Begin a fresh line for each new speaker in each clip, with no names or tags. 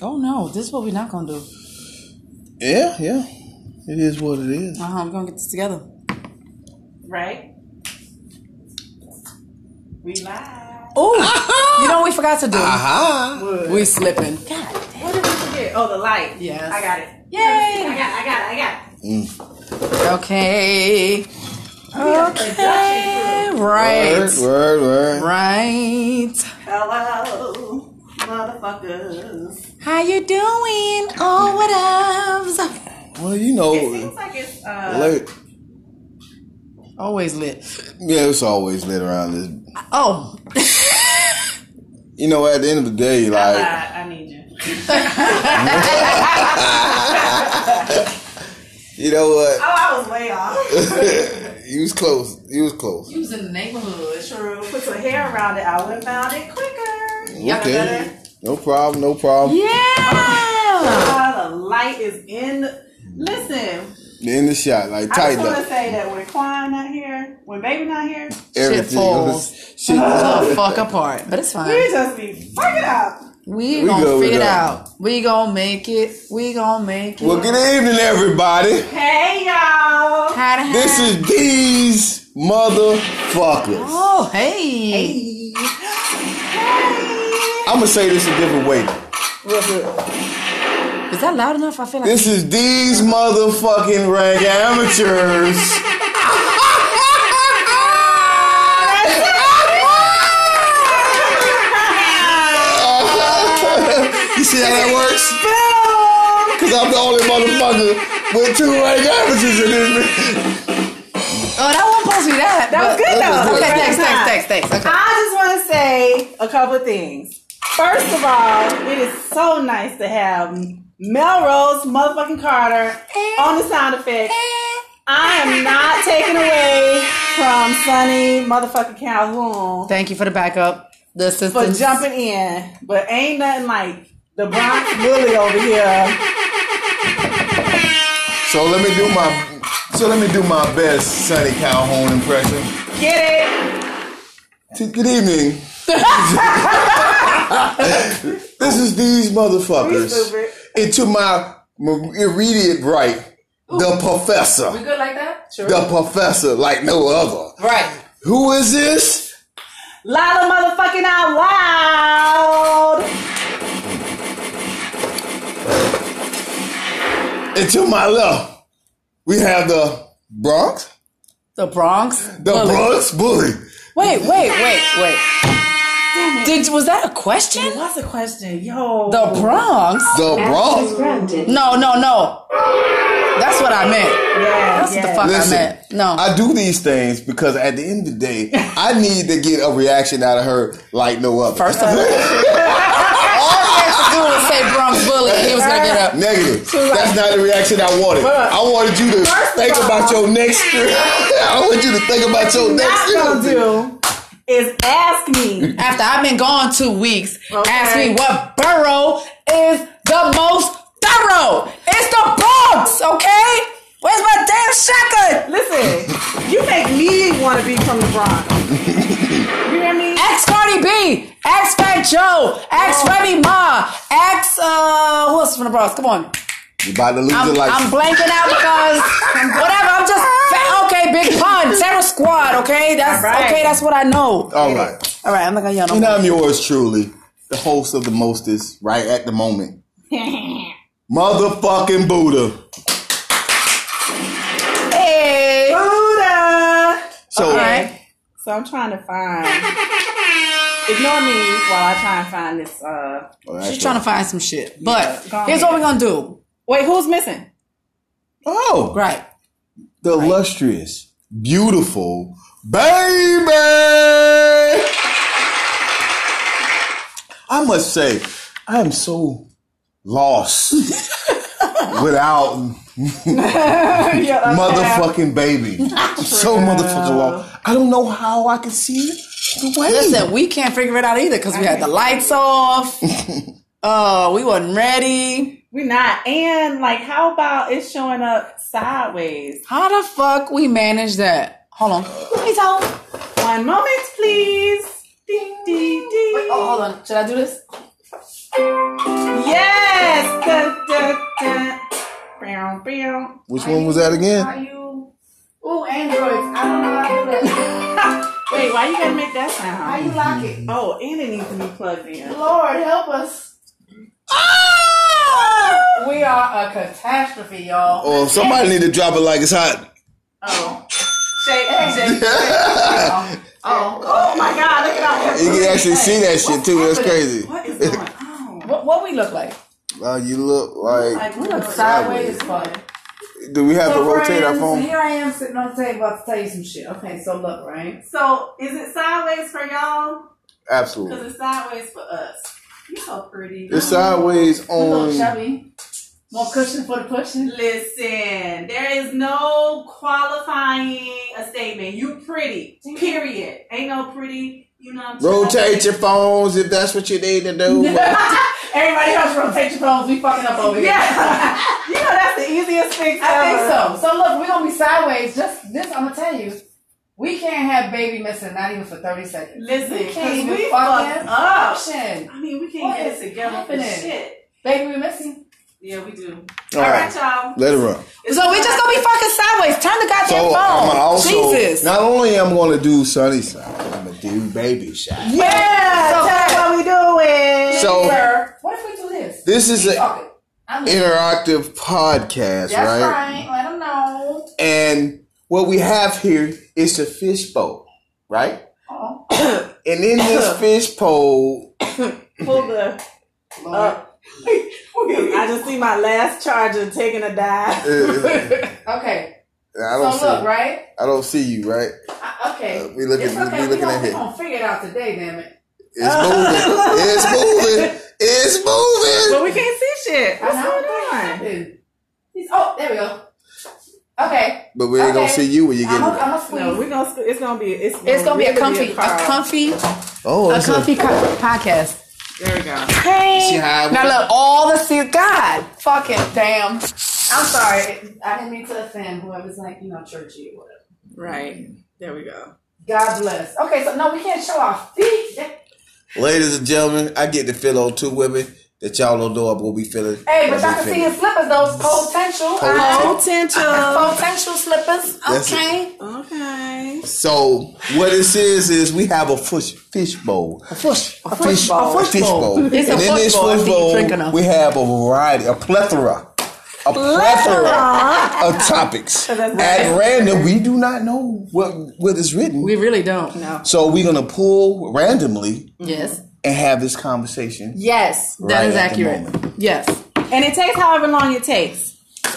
Oh no, this is what we're not gonna do.
Yeah, yeah. It is what it is.
Uh huh. We're gonna get this together.
Right? We live.
Oh, you know what we forgot to do?
Aha.
We slipping. God.
What did we forget? Oh, the light.
Yes.
I got it. I
Yay.
got it. I got it. I got it.
Okay. Okay. Right.
Word, word, word.
Right.
Hello, motherfuckers.
How you doing? Oh, what ups?
Well, you know,
It seems like it's uh,
late.
Always lit.
Yeah, it's always lit around this.
Oh.
You know, at the end of the day,
I,
like,
lied. I need you.
you know what?
Oh, I was way off.
you was close. You was close.
He was in the neighborhood.
True. Put your hair around it. I would have found it quicker.
Yeah.
Okay. No problem. No problem.
Yeah.
Oh, the light is in. Listen,
In the shot, like
I
tighten
just want to
up
say that when Quan not here, when Baby not here,
everything.
falls.
Shit.
the fuck apart, but it's fine.
we just be fucking up.
We,
We
gonna
good with
figure it
that.
out. We gonna make it. We gonna make it.
well, good evening, everybody.
Hey y'all.
Hi to hi.
This is these motherfuckers.
Oh, hey.
I'm gonna say this a different way.
Is that loud enough? I feel like.
This is these motherfucking rank amateurs. you see how that works? Cause I'm the only motherfucker with two rank amateurs in this.
oh, that wasn't supposed to be that.
That was
but-
good though.
Okay, Ah.
Right
thanks,
time.
thanks, thanks, thanks. Okay.
I just want to say a couple of things. First of all, it is so nice to have Melrose motherfucking Carter on the sound effect. I am not taking away from Sunny motherfucking Calhoun
Thank you for the backup. The
for
assistance.
jumping in, but ain't nothing like the Bronx Lily over here.
So let me do my so let me do my best Sonny Calhoun impression.
Get it?
T- Good evening. this is these
We
motherfuckers.
stupid.
And to my m- immediate right, the professor.
good like that? Sure.
The professor, like no other.
Right.
Who is this?
Lala motherfucking out loud.
And to my left, we have the Bronx,
The Bronx.
the Bronx bully.
Wait, wait, wait, wait. Did was that a question?
What's the question? Yo.
The Bronx?
The Bronx.
No, no, no. That's what I meant.
yeah,
That's what the
yeah.
fuck
Listen,
I meant. No.
I do these things because at the end of the day, I need to get a reaction out of her like no other.
First of all, all I had to do was say Bronx bully, and he was gonna get up.
Negative.
like-
That's not the reaction I wanted.
But-
I wanted you to
First of
think
all-
about your next. I want you to think about your next.
not gonna
interview.
do is ask me.
After I've been gone two weeks,
Okay.
ask me what borough is the most thorough. It's the Bronx, okay? Where's my damn shotgun?
Listen, you make me want to be from the Bronx. You hear me?
Ask Cardi B, ask Fat Joe, ask
Oh.
Remy Ma, ask uh, who else from the Bronx? Come on.
You about to lose
I'm,
your life.
I'm blanking out because whatever. I'm just fa- okay. Big pun, terror squad. Okay, that's
All right.
okay. That's what I know.
All right.
All right, I'm not gonna yell no
And
more.
I'm yours truly, the host of the mostest, right at the moment. Motherfucking Buddha.
Hey.
Buddha.
So
All right.
So I'm trying to find. Ignore me while I try and find this. Uh,
Oh, that's
She's trying to
right.
find some shit, but
go ahead.
here's what we're gonna do.
wait, who's missing?
Oh,
Right.
the illustrious, beautiful baby. I must say, I am so lost without
Your other half.
motherfucking baby. I'm so motherfucking lost. I don't know how I can see it. The way.
Listen, we can't figure it out either because we had the lights off. Uh, we wasn't ready.
We're not. And like, how about it's showing up sideways?
How the fuck we manage that? Hold on. Let me tell.
One moment, please. Ding, ding, ding.
Wait, oh, hold on. Should I do this?
Yes. Yes. Dun, dun, dun. Bow, bow.
Which one was that again?
Are you? Ooh, androids. I don't know how to do that.
Wait, why you gotta make that
How
sound?
you lock it?
Oh, and it needs to be plugged in.
Lord, help us. We are a catastrophe, y'all.
Ah! Or somebody need to drop it like it's hot.
Oh. Shake, shake.
you
Oh.
Oh my god, look at all
can actually see that shit too. That's crazy.
What is going on?
What, what we look like?
Wow, you look like.
Like,
We
we
look
look
sideways as fuck.
Do we have to
So,
rotate our
friends,
phone?
Here I am sitting on the table about to tell you some shit. Okay, so look, right?
So, is it sideways for y'all? Because
Absolutely.
it's sideways for us. You're so pretty.
It's sideways
You look
on.
chubby. More cushion for the pushing.
Listen, there is no qualifying a statement. You pretty. Period. Ain't no pretty. You know what I'm saying?
Rotate your phones if that's what you need to do.
Everybody else rotate your phones. We fucking up over here.
Yeah. you know that's the easiest fix
I think
ever.
Uh,
so. So look, we're gonna be sideways. Just this, I'm gonna tell you. We can't have baby missing not even for 30 seconds.
Listen,
We
'cause
can't even
we
fucking
fucked up.
Option.
I mean, we can't
What
get
is
it together for
happening?
shit.
Baby we missing.
Yeah, we do.
All
All
right,
right, y'all.
let it run.
So we just gonna be fucking sideways. Turn the goddamn
So
phone.
I'm also
Jesus.
not only am going to do sunny side, I'm gonna do baby shot.
Yeah,
So-
tell them what we doing.
So
Sir, what if we do this?
this is
Keep
an
talking. I'm listening.
interactive podcast,
That's right.
right?
Let them know.
And what we have here is the fishbowl, right?
Oh,
And in this fishbowl,
pull the
Lord.
Uh,
up. I just see my last charger taking a dive.
uh, I
okay.
don't
so
see,
look, right?
I don't see you, right?
I, okay.
Uh, we looking,
it's okay.
we
We
looking
gonna-
at
we
here.
gonna figure it out today, damn it.
It's moving. It's moving. It's moving.
But we can't see shit. What's
I know.
going on?
Dude. He's- Oh, there we go. Okay.
But we ain't gonna
Okay.
see you when you get
I'm
in.
gonna squeeze.
No, we're gonna. sque- It's gonna be. It's gonna,
It's gonna be a
really
comfy, a
car.
comfy,
Oh,
a
that's a-
comfy co- podcast.
There we go.
Hey.
See how I
Now
went?
look, all the see God, fucking damn.
I'm sorry. I didn't mean to offend whoever's like, you know, churchy or whatever.
Right. There we go.
God bless. Okay, so no, we can't show our feet.
Ladies and gentlemen, I get to feel on two women that y'all don't know I'm gonna be feeling.
Hey,
I'm
but y'all
gonna
can
be
see his
feeling.
slippers, those potential. uh,
Potential.
Potential slippers.
That's it.
Okay.
Okay.
So what this is is we have a fish fish bowl, a fish, a fish,
bowl.
a fish bowl, and
It's a
in
fish
this
bowl. I
fish
think you're drinking
bowl
them.
we have a variety, a plethora, a plethora of topics.
that's
At random, we do not know what what is written,
We really don't know.
so we're gonna pull randomly
Yes.
and have this conversation.
Yes, that is
Right at the
accurate.
moment.
Yes.
And it takes however long it takes.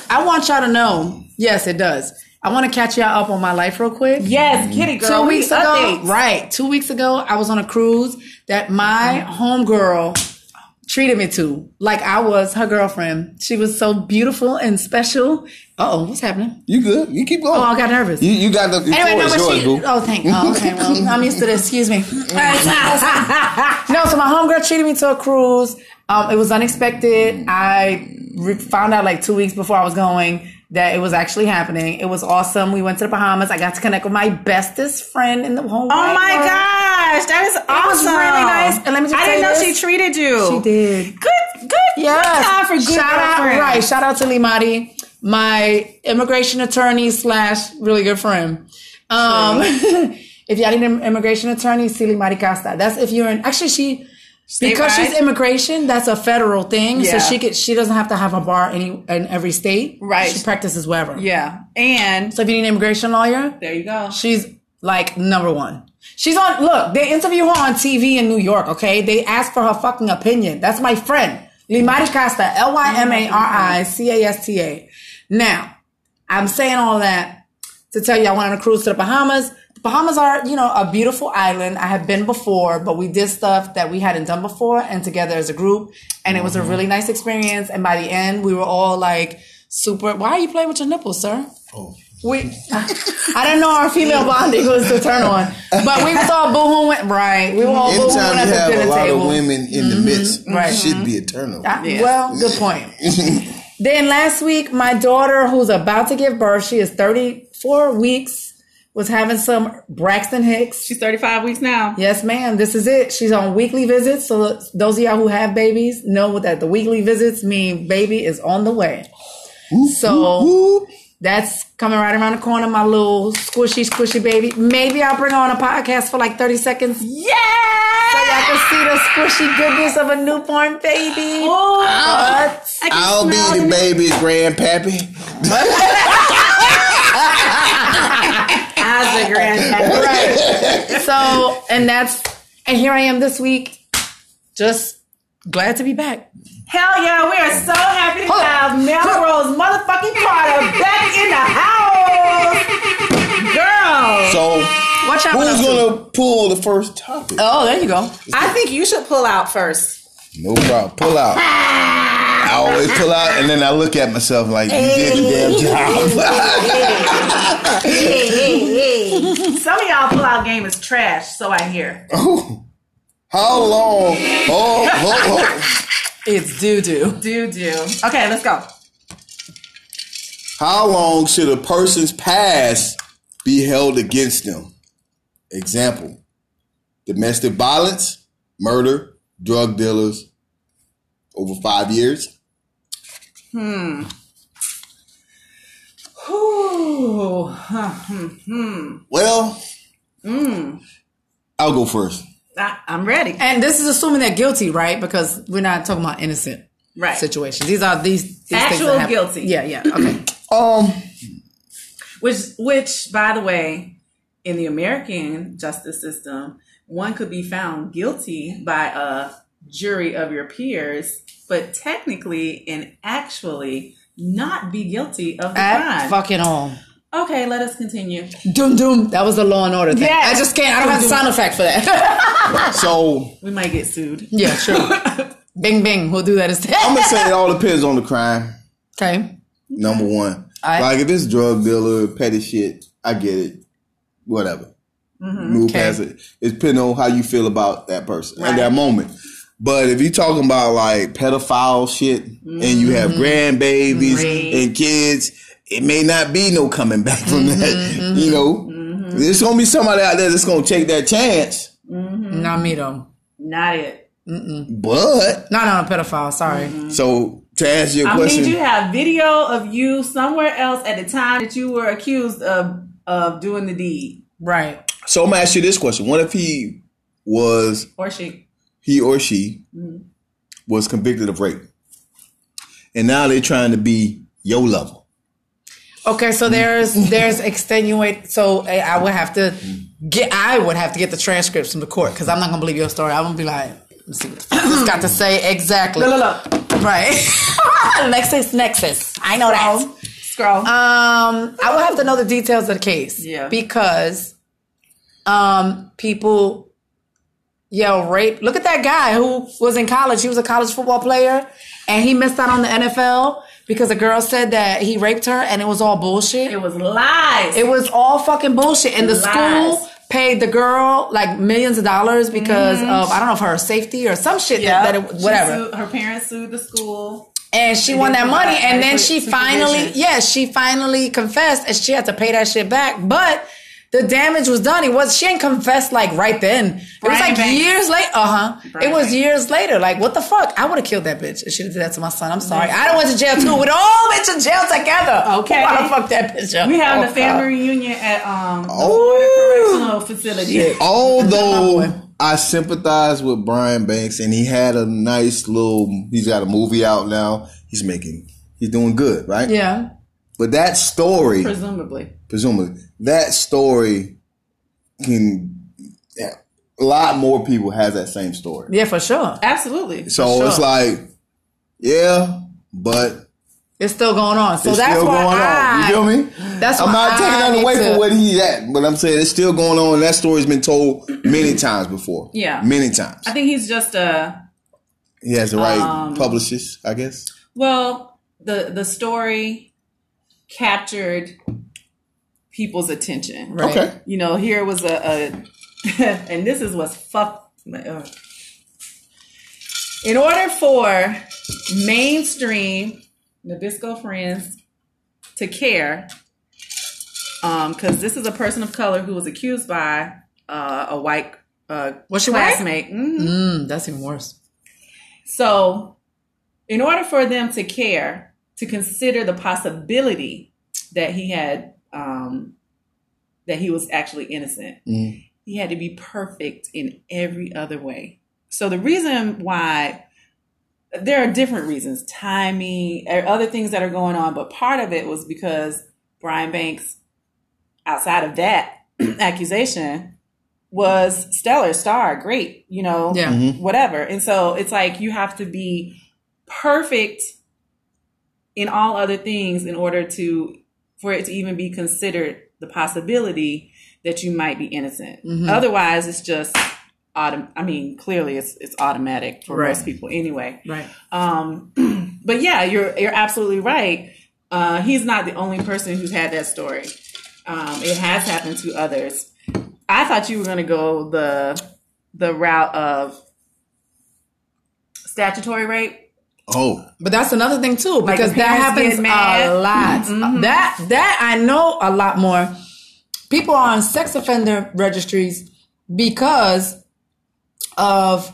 I want y'all to know. Yes, it does. I want to catch y'all up on my life real quick.
Yes, Kitty girl.
Two
we
weeks ago,
updates.
right? Two weeks ago, I was on a cruise that my
Uh-huh.
homegirl treated me to, like I was her girlfriend. She was so beautiful and special. Uh oh, what's happening?
You good? You keep going.
Oh, I got nervous.
You, you got the the
Anyway,
floor
no,
is
but
yours,
she.
boo.
Oh, thank. Oh, okay. Well, I'm used to this. Excuse me. no, so my homegirl treated me to a cruise. Um, it was unexpected. I re- found out like two weeks before I was going that it was actually happening. It was awesome. We went to the Bahamas. I got to connect with my bestest friend in the whole.
Oh my gosh, that is
was
awesome!
really nice. And let me just
I
say
didn't know
this.
she treated you.
She did.
Good, good.
Yes.
Good time for good
Shout out,
girlfriends.
right. Shout out to Limati, my immigration attorney slash really good friend. Um, if y'all need an immigration attorney, see Limati Costa. That's if you're in, actually she, because
Statewide?
she's immigration, that's a federal thing.
Yeah.
So she could, she doesn't have to have a bar any, in every state.
Right.
She practices wherever.
Yeah, and
So if you need an immigration lawyer,
there you go.
She's like number one. She's on. Look, they interview her on TV in New York. Okay, they ask for her fucking opinion. That's my friend, Limari Costa, L Y M A R I C A S T A. Now, I'm saying all that to tell you I went on a cruise to the Bahamas. The Bahamas are, you know, a beautiful island. I have been before, but we did stuff that we hadn't done before and together as a group. And it was a really nice experience. And by the end, we were all like super. Why are you playing with your nipples, sir? We, I didn't know our female bonding was the turn on, but we was all boohooing. Right, we were all boohooing
Anytime
at
you
the
have a
dinner
lot
table. Mm-hmm.
of women in the midst,
Right.
it should be eternal.
I-
Yeah.
Well, good point. then last week, my daughter, who's about to give birth, she is 34 weeks. was having some Braxton Hicks.
She's 35 weeks now.
Yes, ma'am. This is it. She's on weekly visits. So those of y'all who have babies know that the weekly visits mean baby is on the way. So-
whoop.
That's coming right around the corner, my little squishy, squishy baby. Maybe I'll bring her on a podcast for like 30 seconds. So
Yeah!
y'all can see the squishy goodness of a newborn baby.
Oh.
But
I can
I'll be
smell
the
it.
baby's grandpappy.
Eyes are grand.
right. So, and that's, and here I am this week. Just glad to be back.
Hell yeah, we are so happy to
Hold
have Melrose motherfucking Carter back in the house. Girl.
So
Watch out.
who's gonna pull the first topic?
Oh, there you go.
I think you should pull out first.
No problem. Pull out. I always pull out, and then I look at myself like you did the damn job.
Some of y'all pull out game is trash, so I hear.
How long? Oh, oh, oh.
It's doo doo.
Do do. Okay, let's go.
How long should a person's past be held against them? Example: domestic violence, murder, drug dealers. Over five years.
Ooh. huh, hmm, hmm.
Well, I'll go first.
I, I'm ready.
And this is assuming they're guilty, right? Because we're not talking about innocent
Right.
situations. These are these, these things that
Actual
happen.
guilty.
Yeah, yeah. Okay.
Um,
Which, which, by the way, in the American justice system, one could be found guilty by a jury of your peers, but technically and actually not be guilty of the
At
crime.
fucking all.
okay, let us continue.
Doom doom. That was the Law and Order thing.
Yes.
I just can't. I don't have the sound effect for that.
so
We might get sued.
yeah, sure. bing bing. We'll do that instead.
I'm gonna say it all depends on the crime.
okay.
Number one.
I-
like if it's drug dealer, petty shit, I get it. Whatever.
Mm-hmm.
Move
Okay.
past it. It's depending on how you feel about that person at
Right.
that moment. But if you're talking about like pedophile shit and you have grandbabies
Mm-hmm. Right.
and kids, it may not be no coming back from
Mm-hmm.
that. You know? There's gonna be somebody out there that's gonna take that chance.
Not me though.
Not it.
But
Not on a pedophile. Sorry.
so to answer your
I
question.
need you to have video of you somewhere else at the time that you were accused of of doing the deed
Right.
so I'm gonna ask you this question. What if he was
or she.
he or she was convicted of rape. And now they're trying to be your level.
Okay. So there's there's extenuate. So I I would have to get. I would have to get the transcripts from the court because I'm not gonna believe your story. I'm gonna be like. Let's see. It's got to say exactly.
Look, look, look.
Right. Nexus, Nexus. I know that.
Scroll. Scroll.
Um, I will have to know the details of the case.
Yeah.
Because um people yell rape. Look at that guy who was in college. He was a college football player and he missed out on the NFL because a girl said that he raped her and it was all bullshit.
it was lies.
It was all fucking bullshit. And the
Lies.
school paid the girl like millions of dollars because of I don't know if her safety or some shit
Mm-hmm. Yeah,
that, that it, whatever.
She sued- her parents sued the school.
and she
They
won that
didn't
money
provide
and then
adequate
she
supervision.
finally yeah she finally confessed and she had to pay that shit back but the damage was done it was she didn't confess like right then it was
Brian
like
Banks.
years later uh-huh
Brian
it was
Banks.
years later like what the fuck i would have killed that bitch if she did that to my son i'm sorry i don't went to jail too we'd all been to jail together
Okay.
why the fuck that bitch up
We having
Oh,
a family
God.
reunion at um the
Oh.
correctional facility.
Although I sympathize with Brian Banks and he had a nice little he's got a movie out now. He's making he's doing good, right?
yeah
But that story
Presumably.
presumably that story can a lot more people has that same story.
yeah for sure
Absolutely.
so
for
it's
sure.
like, yeah, but
it's still going on so
it's
that's
still
why
going
I,
on. You feel me?
that's
I'm
why
not taking
I
that away
need
from
to-
what he's at, but I'm saying it's still going on. That story's been told many times before.
Yeah.
many times.
I think he's just a
He has the right
Um,
publicist, I guess.
well, the the story captured people's attention.
Right.
Okay,
You know, here was a, a and this is what's fucked. ugh. In order for mainstream Nabisco friends to care, because um, this is a person of color who was accused by uh, a white uh,
Was she white?
classmate. Mhm.
Mm, that's even worse.
So, in order for them to care, to consider the possibility that he had, um, that he was actually innocent,
Mm-hmm.
Mm.
he had to be perfect in every other way. So, the reason why there are different reasons timing, or other things that are going on, but part of it was because Brian Banks, outside of that accusation, was stellar, star, great, you know,
Yeah.
Mhm.
whatever. And so it's like you have to be perfect in all other things in order to for it to even be considered the possibility that you might be innocent.
Mhm.
Otherwise, it's just autom- I mean, clearly it's it's automatic for
Right.
most people anyway.
Right.
Um, but yeah, you're you're absolutely right. Uh, he's not the only person who's had that story. Um, it has happened to others. I thought you were going to go the the route of statutory rape.
Oh,
But that's another thing too,
Like
because
the
that
parents
happens
get mad.
a lot. Uh,
Mhm.
That that I know a lot more. People are on sex offender registries because of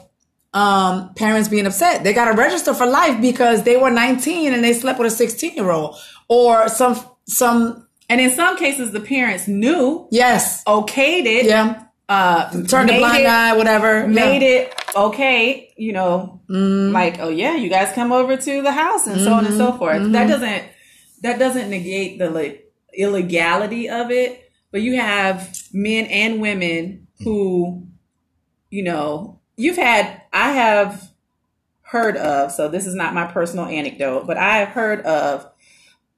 um, parents being upset. They got to register for life because they were 19 and they slept with a 16 year old or some some
And in some cases, the parents knew,
yes
okayed it,
yeah
uh,
turn the
made
blind
it-
eye whatever
made
yeah.
it okay, you know, like oh yeah, you guys come over to the house and so on and so forth. That doesn't that doesn't negate the like, illegality of it, but you have men and women who you know, you've had I have heard of, so this is not my personal anecdote, but I have heard of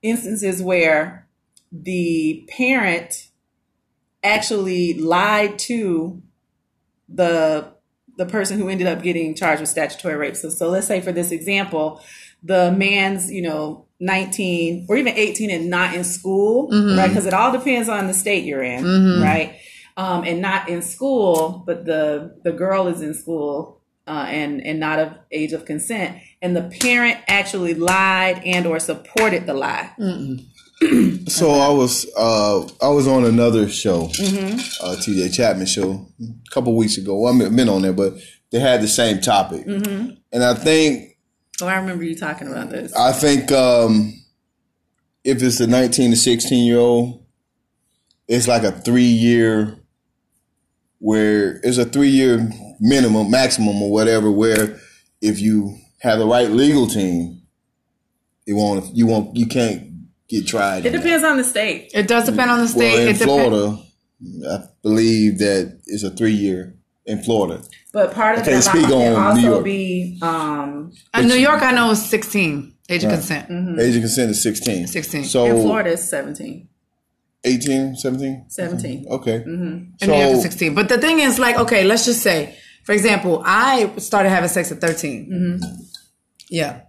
instances where the parent actually lied to the the person who ended up getting charged with statutory rape. So, so let's say for this example, the man's you know 19 or even 18 and not in school, right? Because it all depends on the state you're in, right? Um, and not in school, but the the girl is in school uh, and and not of age of consent, and the parent actually lied and or supported the lie.
So I was uh, I was on another show,
Mm-hmm.
uh, TJ Chapman show, a couple weeks ago. Well, I've been on there, but they had the same topic,
Mm-hmm.
and I think
Oh, I remember you talking about this.
I think um, if it's a nineteen to sixteen year old, it's like a three year where it's a three year minimum, maximum, or whatever. Where if you have the right legal team, it won't you won't you can't get tried.
It
in that.
depends on the state.
it does depend on the state
Well, in
it depend-
Florida, I believe that it's a three year in Florida.
But part of
Okay,
the
speak
lie can
on
also
New York.
be um,
in Uh, New York I know it's 16 age of
Mm-hmm.
consent
Age of consent is 16.
16.
So
in Florida is 17.
18, 17?
Mm-hmm.
17.
Okay.
Mm-hmm. and then you have to
So,
16. But the thing is, like, okay, let's just say, for example, I started having sex at 13.
Mm-hmm.
Yeah.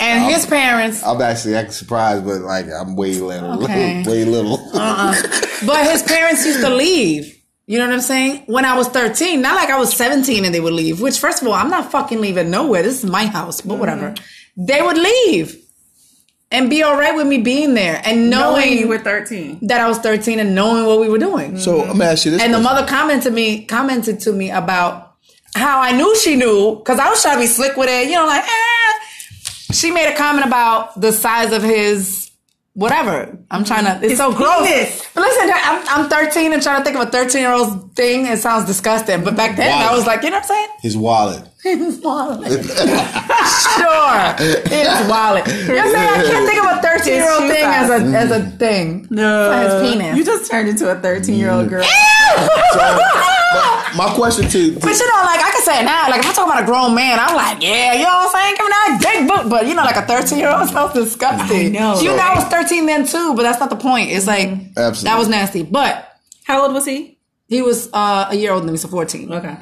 And his parents,
I'm actually acting surprised, but like I'm way little.
Okay. Uh-uh.
way little.
but his parents used to leave. You know what I'm saying? When I was 13, not like I was 17 and they would leave, which, first of all, I'm not fucking leaving nowhere. This is my house,
Mm-hmm.
but whatever. They would leave and be all right with me being there and
Knowing
knowing,
you were Mm-hmm. 13.
that I was 13 and knowing what we were doing.
so I'm gonna ask you this.
and the
question.
mother commented me commented to me about how I knew she knew because I was trying to be slick with it, you know, like eh. She made a comment about the size of his whatever. I'm trying to. It's so gross.
penis.
But listen, I'm, I'm 13 and trying to think of a 13 year old's thing. It sounds disgusting, but back then
Wow.
I was like, you know what I'm saying?
his wallet.
His wallet. sure, his wallet. You know what I'm saying? I can't think of a 13 year old
His shoe
thing as
size.
a as a thing.
No.
his penis.
You just turned into a 13 year
Mm.
old girl.
My question to, to
But you know, like I can say it now, like if I'm talking about a grown man, I'm like, yeah, you know what I'm saying? Coming out dick book. But you know, like a 13 year old sounds disgusting.
I know,
You know,
right? Mm-hmm.
I was 13 then too, but that's not the point. It's like
Absolutely.
that was nasty. But
How old was he?
he was uh, a year older than me, so 14.
Okay.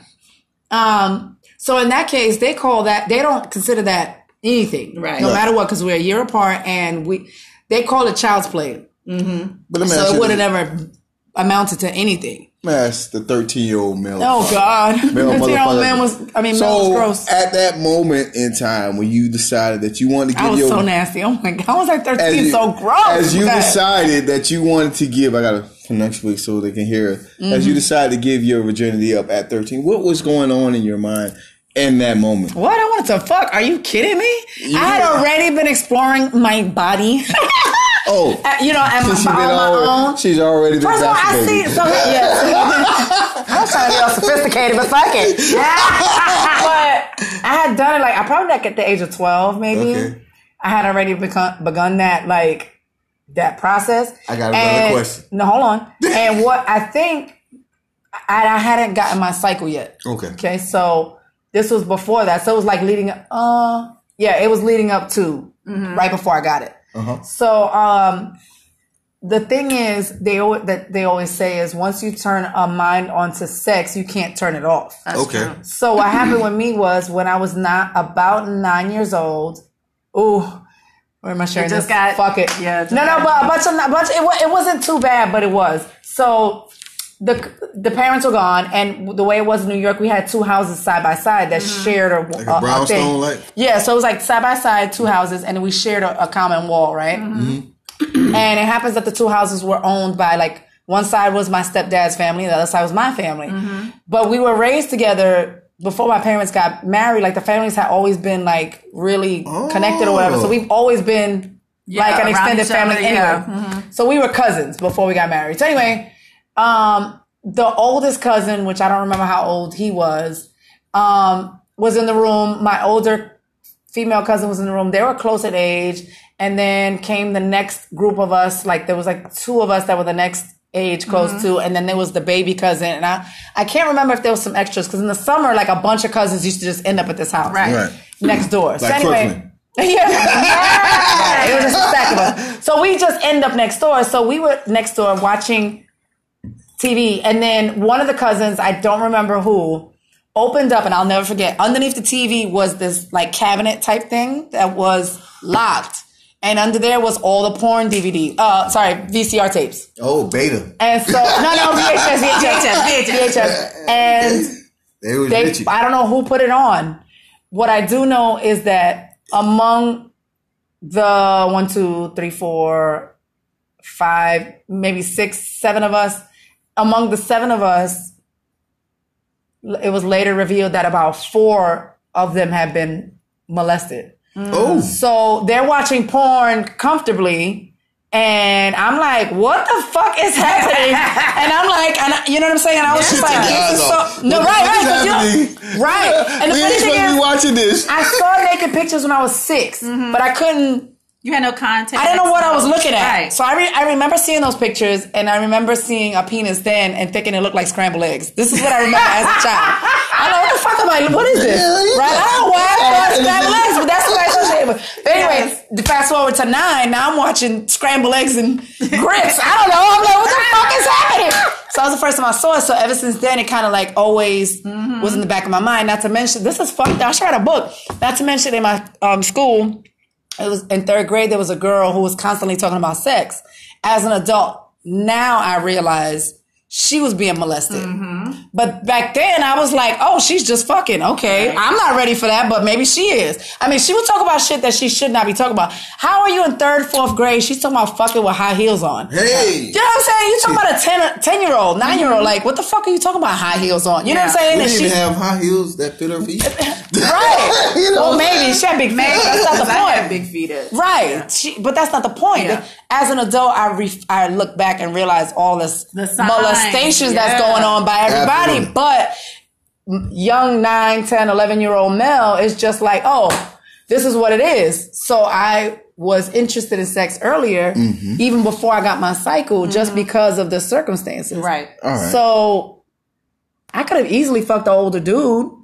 Um, so in that case, they call that they don't consider that anything,
Right.
No
Right.
matter what, because we're a year apart, and we they call it child's play.
but let me ask
So
you
it would have
this.
never amounted to anything.
Let me ask the 13 year old male.
Oh God,
Male
That year old
motherfucker.
man was. I mean, man was
So
gross.
at that moment in time when you decided that you wanted to
I
give
was
your
so nasty. Oh my god, I was like
as
thirteen,
you,
so gross.
As you
That-
decided that you wanted to give, I gotta
for next week so they can hear it. As
Mm-hmm.
you decide to give your virginity up at 13, what was going on in your mind in that moment?
What? I wanted to fuck. Are you kidding me? I had already been exploring my body.
Oh,
Uh, you know, and my,
she's been
on my
already,
own.
she's already been
First of all, I see.
masturbating.
So, yes. I was trying to be all sophisticated, but fuck it. but I had done it like I probably like at the age of twelve, maybe.
Okay.
I had already begun begun that like that process.
I got another
And-
question.
No, hold on. and what I think, I, I hadn't gotten my cycle yet.
Okay.
Okay, so this was before that. So it was like leading up. Uh, yeah, it was leading up to right before I got it.
Uh-huh.
So um, the thing is, they al- that they always say is once you turn a mind onto sex, you can't turn it off.
Okay.
So what happened with me was when I was not about nine years old. Ooh, where am I sharing
just
this?
got-
Fuck it.
yeah, it just
No, no,
got-
but a bunch of a bunch. It, wa- it wasn't too bad, but it was. So the the parents were gone, and the way it was in New York, we had two houses side by side that
Mm-hmm.
shared a,
a brownstone, like?
Yeah, so it was like side by side, two houses, and we shared a, a common wall, right?
Mm-hmm.
and it happens that the two houses were owned by like one side was my stepdad's family, the other side was my family.
Mm-hmm.
But we were raised together before my parents got married. Like the families had always been like really connected or whatever. So
Oh.
we've always been like an
around
extended
each other,
family anyway.
yeah. Mm-hmm.
So we were cousins before we got married. So anyway, um, the oldest cousin, which I don't remember how old he was, um, was in the room. My older female cousin was in the room. They were close in age. And then came the next group of us. Like there was like two of us that were the next age close to. And then there was the baby cousin. And I, I can't remember if there was some extras because in the summer, like a bunch of cousins used to just end up at this house.
Right.
Right.
Next door. so
Like
anyway.
Crooklyn.
yeah. it was just a stack of us. So we just end up next door. So we were next door watching TV. And then one of the cousins, I don't remember who, opened up, and I'll never forget. Underneath the TV was this like cabinet type thing that was locked. And under there was all the porn DVD, uh, sorry, VCR tapes.
Oh, beta.
And so, no, no, VHS, VHS, VHS, VHS. And
They was
they,
bitchy.
I don't know who put it on. What I do know is that among the one, two, three, four, five, maybe six, seven of us, among the seven of us, l- it was later revealed that about four of them had been molested.
oh,
So they're watching porn comfortably. And I'm like, what the fuck is happening? and I'm like, and I, you know what I'm saying? And I was just like,
Take your
this
eyes
is
off.
so, no,
What the
right,
fuck is
right, 'cause you
happening?
don't- right. And the
we
funny
ain't supposed to be
thing is,
watching this.
I saw naked pictures when I was 6 but I couldn't,
You had no contact.
I didn't know what I was looking at.
Right.
So I, re- I remember seeing those pictures and I remember seeing a penis then and thinking it looked like scrambled eggs. This is what I remember as a child. I'm like, what the fuck am I, what is this?
Yeah, what is
right?
that?
I don't know why I thought
Yeah.
scrambled eggs, but that's what I associated with. But anyway, fast forward to nine, now I'm watching scrambled eggs and grits. I don't know. I'm like, what the fuck is happening? So that was the first time I saw it. So ever since then, it kind of like always was in the back of my mind. Not to mention, this is fucked up. I should write a book. Not to mention, in my um, school, it was in third grade there was a girl who was constantly talking about sex as an adult now i realize she was being molested but back then i was like oh she's just fucking okay i'm not ready for that but maybe she is i mean she would talk about shit that she should not be talking about how are you in third fourth grade she's talking about fucking with high heels on
hey.
you know what I'm saying? You talking about a 10, 10 year old, 9 year old. Like, what the fuck are you talking about high heels on? You know what I'm saying?
We
And
didn't
she-
even have high heels that fit her feet.
right.
You know?
well, maybe. She had big feet. That's not the point.
I had big feet. At.
Right. She, but that's not the point.
Yeah.
As an adult, I re- I look back and realize all this
The signs,
molestations
yeah.
that's going on by everybody.
Absolutely.
But m- young 9, 10, 11 year old male is just like, oh, this is what it is. So I was interested in sex earlier,
Mm-hmm.
even before I got my cycle, just because of the circumstances.
Mm-hmm. Right.
All right.
So I could have easily fucked an older dude.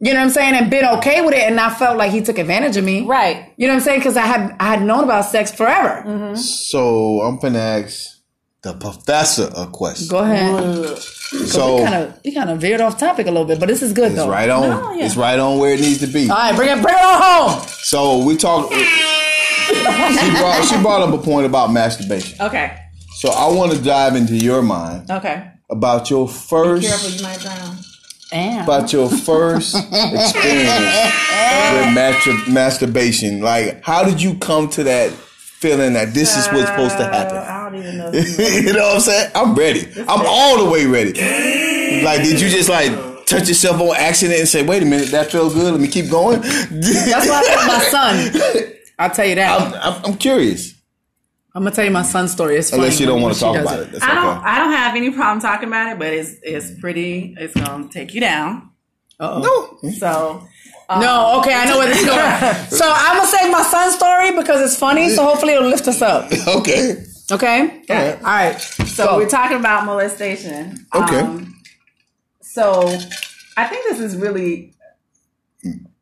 You know what I'm saying? And been okay with it and not felt like he took advantage of me.
Right.
You know what I'm saying? Because I had I had known about sex forever.
So I'm gonna ask the professor a question.
Go ahead.
Oh.
so
Kind of we kind of veered off topic a little bit, but this is good
it's
though.
right on.
Oh,
It's right on where it needs to be.
All right, bring it bring it on home.
So we talked. she, brought, she brought up a point about masturbation.
Okay.
So I want to dive into your mind
Okay.
about your
Careful,
first
you might drown.
Damn.
about your first experience with mastur- masturbation. Like, how did you come to that feeling that this is what's supposed to happen?
Uh, I don't don't even know.
you know what I'm saying? I'm ready. I'm all the way ready. Like, did you just like touch yourself on accident and say, "Wait a minute, that felt good. Let me keep going."
That's what I told my son. I'll tell you that.
I'm,
I'm,
I'm, I'm curious.
gonna tell you my son's story. It's
Unless
funny
you don't
when
want to
she
talk
does
about
it.
it, that's
I don't.
okay.
I don't have any problem talking about it, but it's it's pretty. It's gonna take you down.
No,
So
No, okay, I know where this is going. So I'm gonna save my son's story because it's funny. So hopefully it'll lift us up.
okay.
Okay.
All right.
All right.
So we're talking about molestation. Um,
Okay.
so I think this is really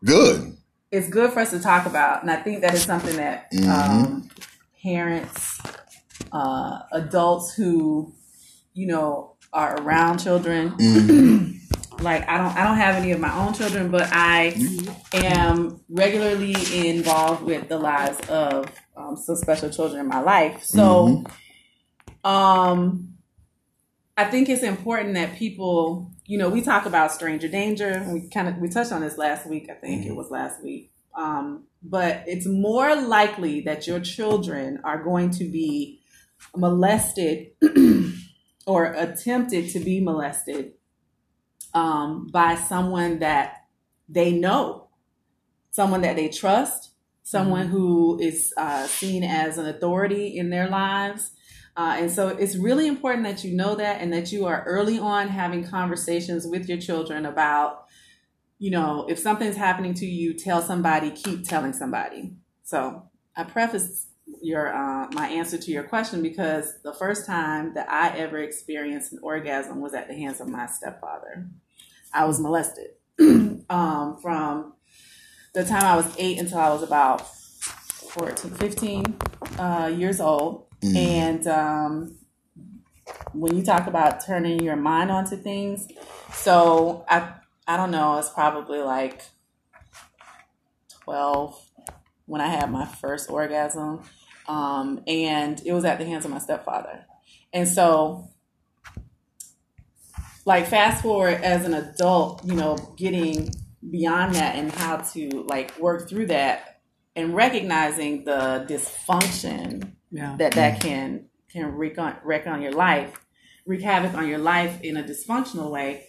Good.
it's good for us to talk about, and I think that is something that um, parents, uh, adults who you know are around children. like I don't I don't have any of my own children, but I am regularly involved with the lives of um, some special children in my life. So, um, I think it's important that people, you know, we talk about stranger danger. and We kind of we touched on this last week. I think it was last week. Um, but it's more likely that your children are going to be molested or attempted to be molested um, by someone that they know, someone that they trust, someone who is uh, seen as an authority in their lives. Uh, and so it's really important that you know that and that you are early on having conversations with your children about, you know, if something's happening to you, tell somebody, keep telling somebody. So I preface your uh, my answer to your question because the first time that I ever experienced an orgasm was at the hands of my stepfather. I was molested um, from the time I was eight until I was about 14, 15 uh, years old. And um, when you talk about turning your mind onto things, so I, I don't know, it's probably like 12 when I had my first orgasm. Um, and it was at the hands of my stepfather. And so like fast forward as an adult, you know, getting beyond that and how to like work through that and recognizing the dysfunction
Yeah.
that that can can wreak on wreck on your life, wreak havoc on your life in a dysfunctional way.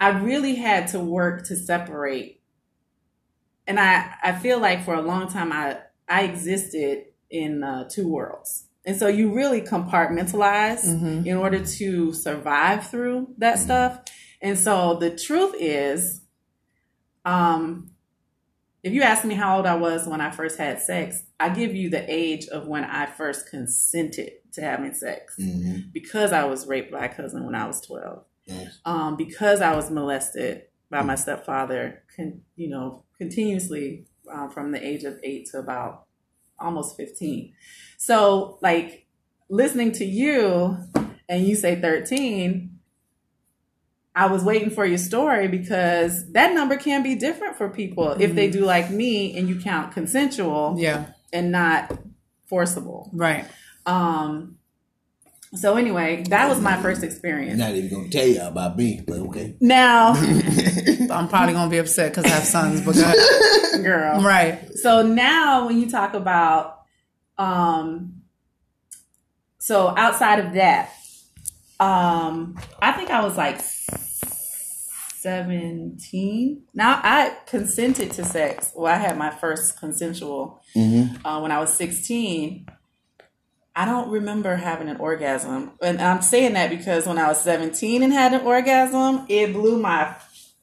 I really had to work to separate, and I I feel like for a long time I I existed in uh, two worlds, and so you really compartmentalize in order to survive through that stuff. And so the truth is, um, if you ask me how old I was when I first had sex, I give you the age of when I first consented to having sex
Mhm.
because I was raped by a cousin when I was 12,
Nice.
um, because I was molested by my stepfather, con- you know, continuously uh, from the age of eight to about almost 15. So, like, listening to you and you say 13, I was waiting for your story because that number can be different for people if they do like me and you count consensual
Yeah.
and not forcible.
Right.
Um, so anyway, that was my first experience.
Not even gonna tell y'all about me, but okay.
Now,
I'm probably gonna be upset because I have sons. But go ahead.
girl.
right.
So now when you talk about um so outside of that, um I think I was like 17. Now I consented to sex. Well, I had my first consensual uh, when I was 16. I don't remember having an orgasm. And I'm saying that because when I was 17 and had an orgasm, it blew my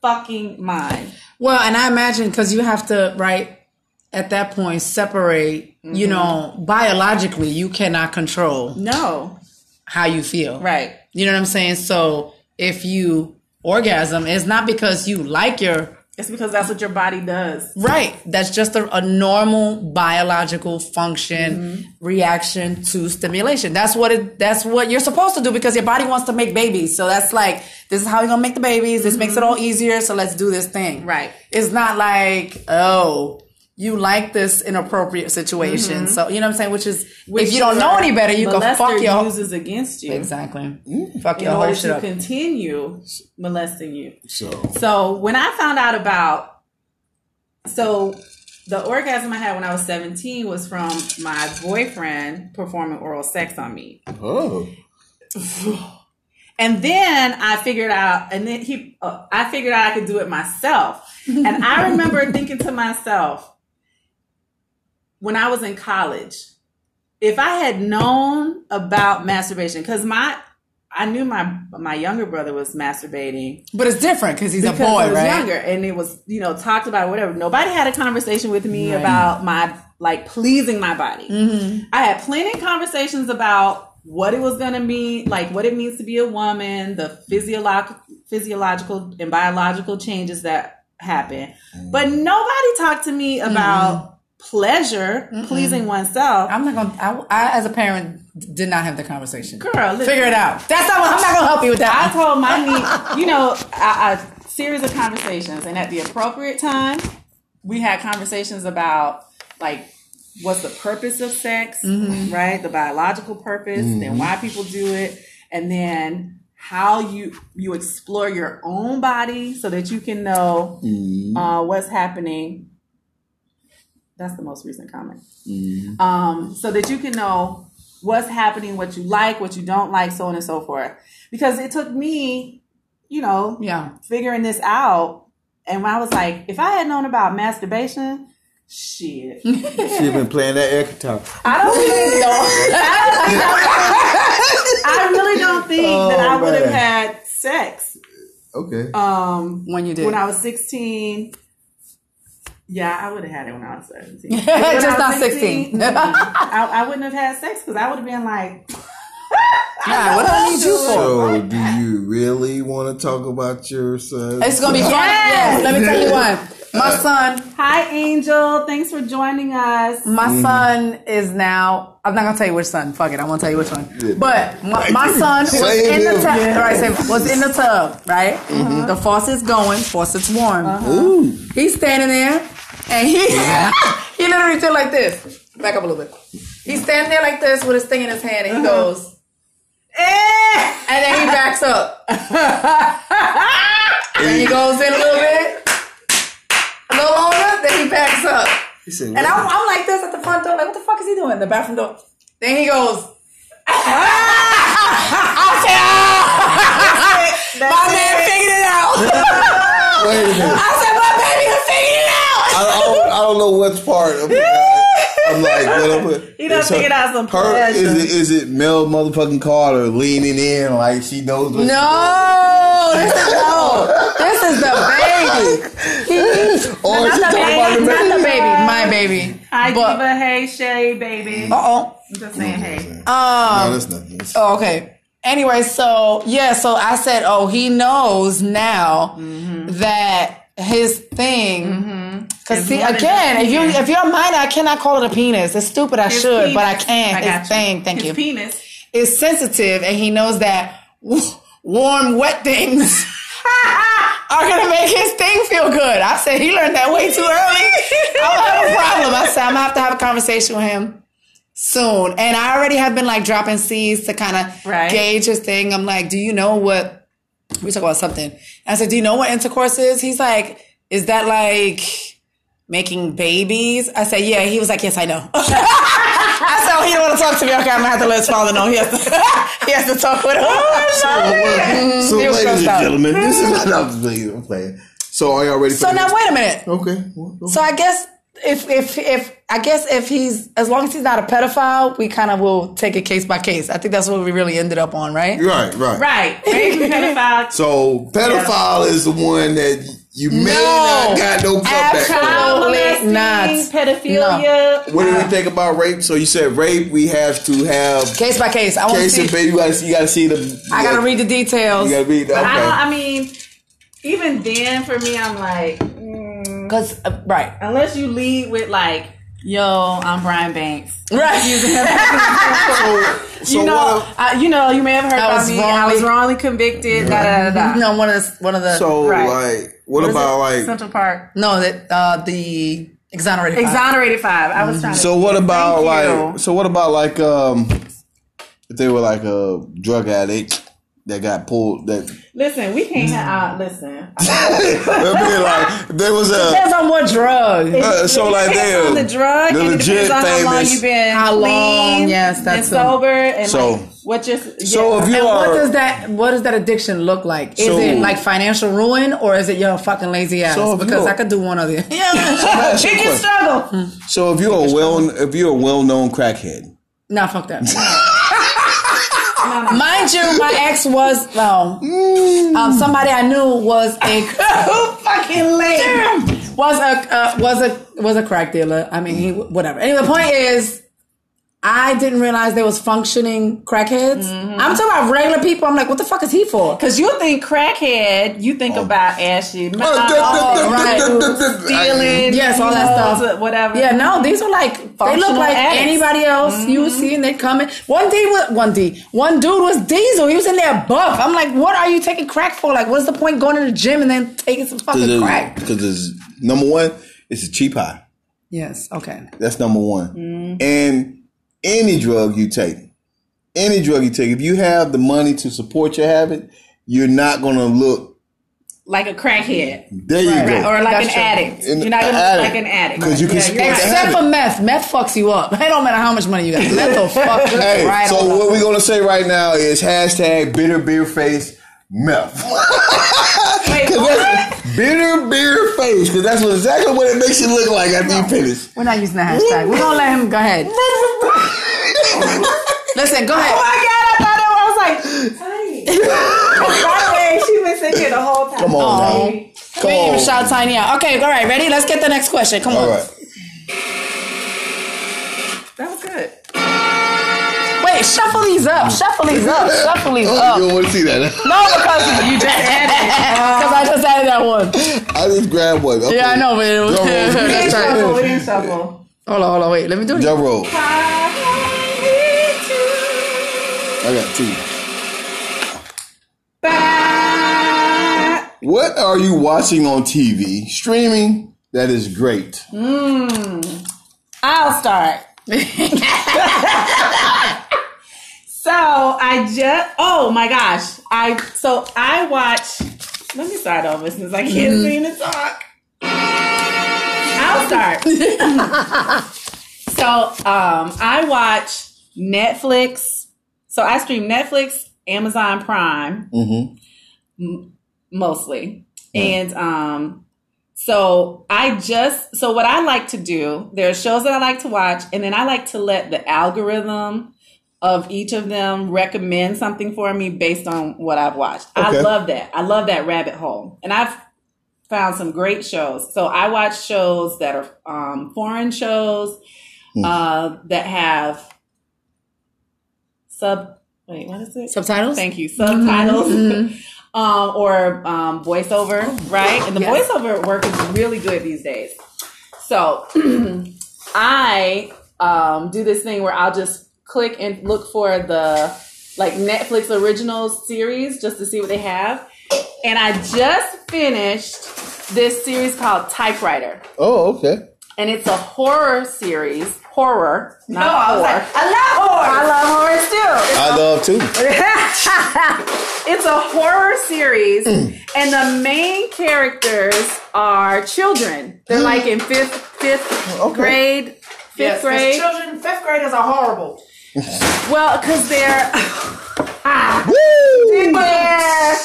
fucking mind.
Well, and I imagine because you have to right at that point separate.
Mm-hmm.
You know, biologically, you cannot control
No.
how you feel.
Right.
You know what I'm saying? So if you orgasm, it's not because you like your
It's because that's what your body does.
right. That's just a, a normal biological function reaction to stimulation. That's what it. That's what you're supposed to do because your body wants to make babies. So that's like this is how you're gonna make the babies. This makes it all easier. So let's do this thing.
Right.
It's not like oh. You like this inappropriate situation, so you know what I'm saying. Mm-hmm. Which is, if you don't know any better, you can
Molester
fuck your
uses against you
exactly, fuck
in
your whole
order
shit
to
up.
continue molesting you.
So
So when I found out about, so the orgasm I had when I was 17 was from my boyfriend performing oral sex on me.
Oh.
And then I figured out, and then he, uh, I figured out I could do it myself. And I remember thinking to myself, when I was in college, if I had known about masturbation, because my, I knew my my younger brother was masturbating
But it's different because he's a
because I
boy,
was
right?
younger, and it was you know talked about or whatever. Nobody had a conversation with me about my like pleasing my body.
Mm-hmm.
I had plenty of conversations about what it was going to mean, like what it means to be a woman, the physiolog- physiological and biological changes that happen,
Mm.
but nobody talked to me about pleasure, pleasing oneself.
Mm-hmm. I'm not gonna. I, I, as a parent, did not have the conversation.
Girl, listen.
figure it out. That's not. what I'm not gonna help you with
I
that.
told my niece, you know, a, a series of conversations, and at the appropriate time, we had conversations about like what's the purpose of sex, right? The biological purpose, then why people do it, and then how you you explore your own body so that you can know
Mm-hmm.
uh, what's happening. That's the most recent comment.
Mm-hmm.
Um, so that you can know what's happening, what you like, what you don't like, so on and so forth. Because it took me, you know,
yeah.
figuring this out. And when I was like, if I had known about masturbation, shit.
She's been playing that air guitar.
I don't think I really don't think that I
Oh,
would have
man.
had sex.
Okay.
Um
When you did.
when I was 16. Yeah, I would have had it when I was 17. When I was
Just not 16.
mm-mm. I, I wouldn't have had sex because I would have been like,
Nah, what do I need you for?
So, do you really want to talk about your son?
It's gonna be fun.
Yes.
Yes. Let me tell you what. My son,
Hi, Angel. Thanks for joining us.
my son is now. I'm not gonna tell you which son. Fuck it. I won't tell you which one. But my, my son was
Save
in the
him.
tub. Right, save, was in the tub. Right. The faucet's going. Faucet's warm.
Ooh.
He's standing there, and he he literally did like this. Back up a little bit. He's standing there like this with his thing in his hand, and he goes, eh! and then he backs up. then he goes in a little bit, a little longer, then he backs up.
He said,
And I'm, I'm like this at the front door, like, what the fuck is he doing? The bathroom door. Then he goes. I said, "Ah." my man figured it out.
Wait a minute.
I said, my baby has figured it
I,
out.
I don't, I don't know what's part of it. uh, I'm like, what I'm put-
He done
it's her-
figured out some
her, is
pleasure.
it is it Mel motherfucking Carter leaning in like she knows what
No, this is no. This is the baby. He-
Or
not
is she
the
talking
baby,
about the
not the
baby?
baby, my baby.
Hi,
but,
Diva. Hey, Shay, baby.
Oh.
uh
I'm just saying,
Mm-hmm.
hey.
oh. Um,
No, that's nothing. That's-
Oh, okay. Anyway, so yeah, so I said, oh, he knows now
Mm-hmm.
that his thing. Cause
It's
see,
more than
again,
just
if you
penis.
if you're a minor, I cannot call it a penis. It's stupid. I
His
should, but I
penis.
can't.
got
His
you.
thing. Thank
His
you.
penis.
It's sensitive, and he knows that w- warm, wet things are gonna make his thing feel good. I said he learned that way too early. I don't have a problem. I said I'm gonna have to have a conversation with him soon. And I already have been like dropping seeds to kind of
Right.
gauge his thing. I'm like, do you know what? We talk about something. I said, do you know what intercourse is? He's like, is that like making babies? I said, yeah. He was like, yes, I know. I said, oh, he don't want to talk to me. Okay, I'm gonna have to let his father know. He has to, he has to talk with him. Mhm.
So,
He was
ladies and
grossed out.
gentlemen, this is not
I'm playing. I'm playing.
So, are y'all ready for
So
the
now,
next-
wait a minute.
Okay. well,
So I guess if if if I guess if he's as long as he's not a pedophile, we kind of will take it case by case. I think that's what we really ended up on, right?
Right, right.
Right. Baby pedophile.
So, pedophile is the one that you may
No.
not got no comeback from.
Absolutely
Molesting,
not.
Pedophilia.
What do we think about rape? So, you said rape, we have to have
Case by case. I want to
case
see.
and baby. You gotta, see- you gotta see the.
I gotta read the details
You gotta read the.
I, don't,
Okay.
I mean, even then, for me, I'm like, mm,
because uh, right,
unless you lead with like, yo, I'm Brian Banks.
right.
So,
you know,
what
I, you know, you may have heard
I
about
was
me. I was
wrongly-
wrongly convicted. Da, da, da, da.
no, one of the one of the
a- so
Right.
like, what,
What is
about
it?
like?
Central Park
no that uh, the exonerated. five.
exonerated five? I was trying. to-
So what about
Thank
like? So what about like? Um, if they were like a drug addict,
that got pulled. That
Listen, we can't have. Uh, listen,
That'd be like there was a
Depends on what drug.
uh, so like
depends
there
on the drug,
the
and it
legit
depends on how long
famous-
you've been
How long,
clean
yes, that's
and sober, and
So-
like, what your
So
yeah.
if you
And what
are
does that what does that addiction look like? Is
So-
it like financial ruin or is it your fucking lazy ass?
So if
because
you-
I could do one of the
Let me ask you a
Chicken
question.
struggle.
So if you're a well if you're a well known crackhead,
Nah, fuck that. Mind you, my ex was well,
Mm.
um, somebody I knew was a
Who fucking late?
was a uh, was a was a crack dealer. I mean, he whatever. Anyway, the point is, I didn't realize there was functioning crackheads. I'm talking about regular people. I'm like, what the fuck is he for?
Because you think crackhead, you think about ashy, uh,
Oh, duh, duh, duh,
right.
duh, duh, duh, duh.
stealing,
Yes, all
you
that
know,
stuff.
to- whatever.
Yeah, no, these are like they look
Functional
like
addicts.
anybody else you see, and they coming. One D was one D. One dude was Diesel. He was in there buff. I'm like, what are you taking crack for? Like, what's the point going to the gym and then taking some
Because
fucking
it's-
crack?
because it's number one, it's a cheap high.
Yes. Okay.
That's number one.
Mm-hmm.
And any drug you take, any drug you take, if you have the money to support your habit, you're not gonna look.
like a crackhead
There you
Right,
go.
right,
or like
That's
an
true.
addict.
In-
You're not gonna
addict.
look like an addict.
because you can
Yeah,
support
you're
the
right.
Except for
habit.
meth, meth fucks you up. It don't matter how much money you got. Meth will fuck you
Hey,
right
so
on up.
what we're gonna say right now is hashtag bitter beer face meth.
Wait,
'Cause
what?
that's bitter beer face, because that's what exactly what it makes you look like after you finish.
We're not using the hashtag. We're gonna let him go ahead. Listen, go
Oh
ahead.
my god, I thought it was like tiny. By the way, she been sitting here the whole time.
Come on, now.
We
come
ain't even
on.
shout tiny out. Okay, all right, ready? Let's get the next question. Come on.
Oh. All right.
That was good.
Wait, shuffle these up. Shuffle these up. Shuffle these
Oh, you
up.
don't want to see that.
No, because you just added because I just added that one.
I just grabbed one. Okay.
Yeah, I know, but it was.
Drum roll.
We didn't
That's right.
shuffle. We didn't shuffle.
Hold on, hold on, wait. Let me do it.
Drum roll. I got two. What are you watching on TV? Streaming? That is great.
Hmm. I'll start. so I just oh my gosh. I so I watch let me start over since I can't seem to talk. I'll start. so um I watch Netflix. So I stream Netflix, Amazon Prime
Mm-hmm.
mostly. And um so I just so what I like to do, there are shows that I like to watch and then I like to let the algorithm of each of them recommend something for me based on what I've watched. I
Okay.
love that. I love that rabbit hole. And I've found some great shows. So I watch shows that are um, foreign shows uh, that have sub wait, what is it?
Subtitles?
Thank you.
Mm-hmm.
Subtitles um, or um, voiceover, right? And the
Yes.
voiceover work is really good these days. So I um, do this thing where I'll just click and look for the like Netflix original series just to see what they have. And I just finished this series called Typewriter.
Oh, okay.
And it's a horror series. Horror. Not
No, I was
horror.
like, I love horror.
I love horror too.
I love too.
it's a horror series,
Mm.
and the main characters are children. They're like in fifth, fifth
Mm. Oh, Okay.
grade, fifth
Yes, 'cause
grade.
Children, fifth graders are horrible.
well, because they're ah,
Woo!
Yeah.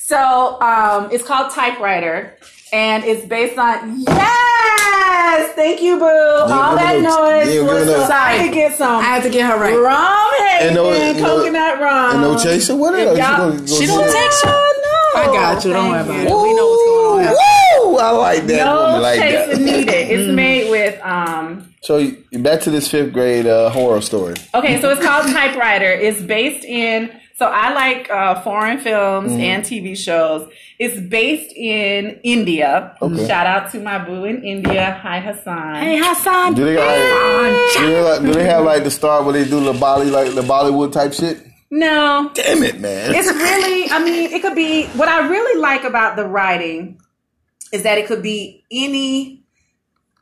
So um, it's called Typewriter, and it's based on yes. Thank you, Boo. All
give
that
it up.
noise
Yeah, give
was
it
so
up.
I could get some.
I had to get her right.
Rum
And
Haven,
no- and no-
coconut rum.
And no chaser? What
If
else?
y'all-
She don't take shit.
Oh, no.
I got you. Don't worry about
Thank you.
it.
We know what's going on.
Woo! I like that
No
woman like
chaser
that.
needed. It's made with um.
So you- back to this fifth grade uh, horror story.
Okay, so it's called Typewriter. It's based in. So I like uh, foreign films
Mm-hmm.
and TV shows. It's based in India.
Okay.
Shout out to my boo in India. Hi Hassan.
Hassan.
Do they like, do they, like, do they have like the star where they do the Bolly like the Bollywood type shit?
No,
Damn it, man!
it's really. I mean, it could be. What I really like about the writing is that it could be any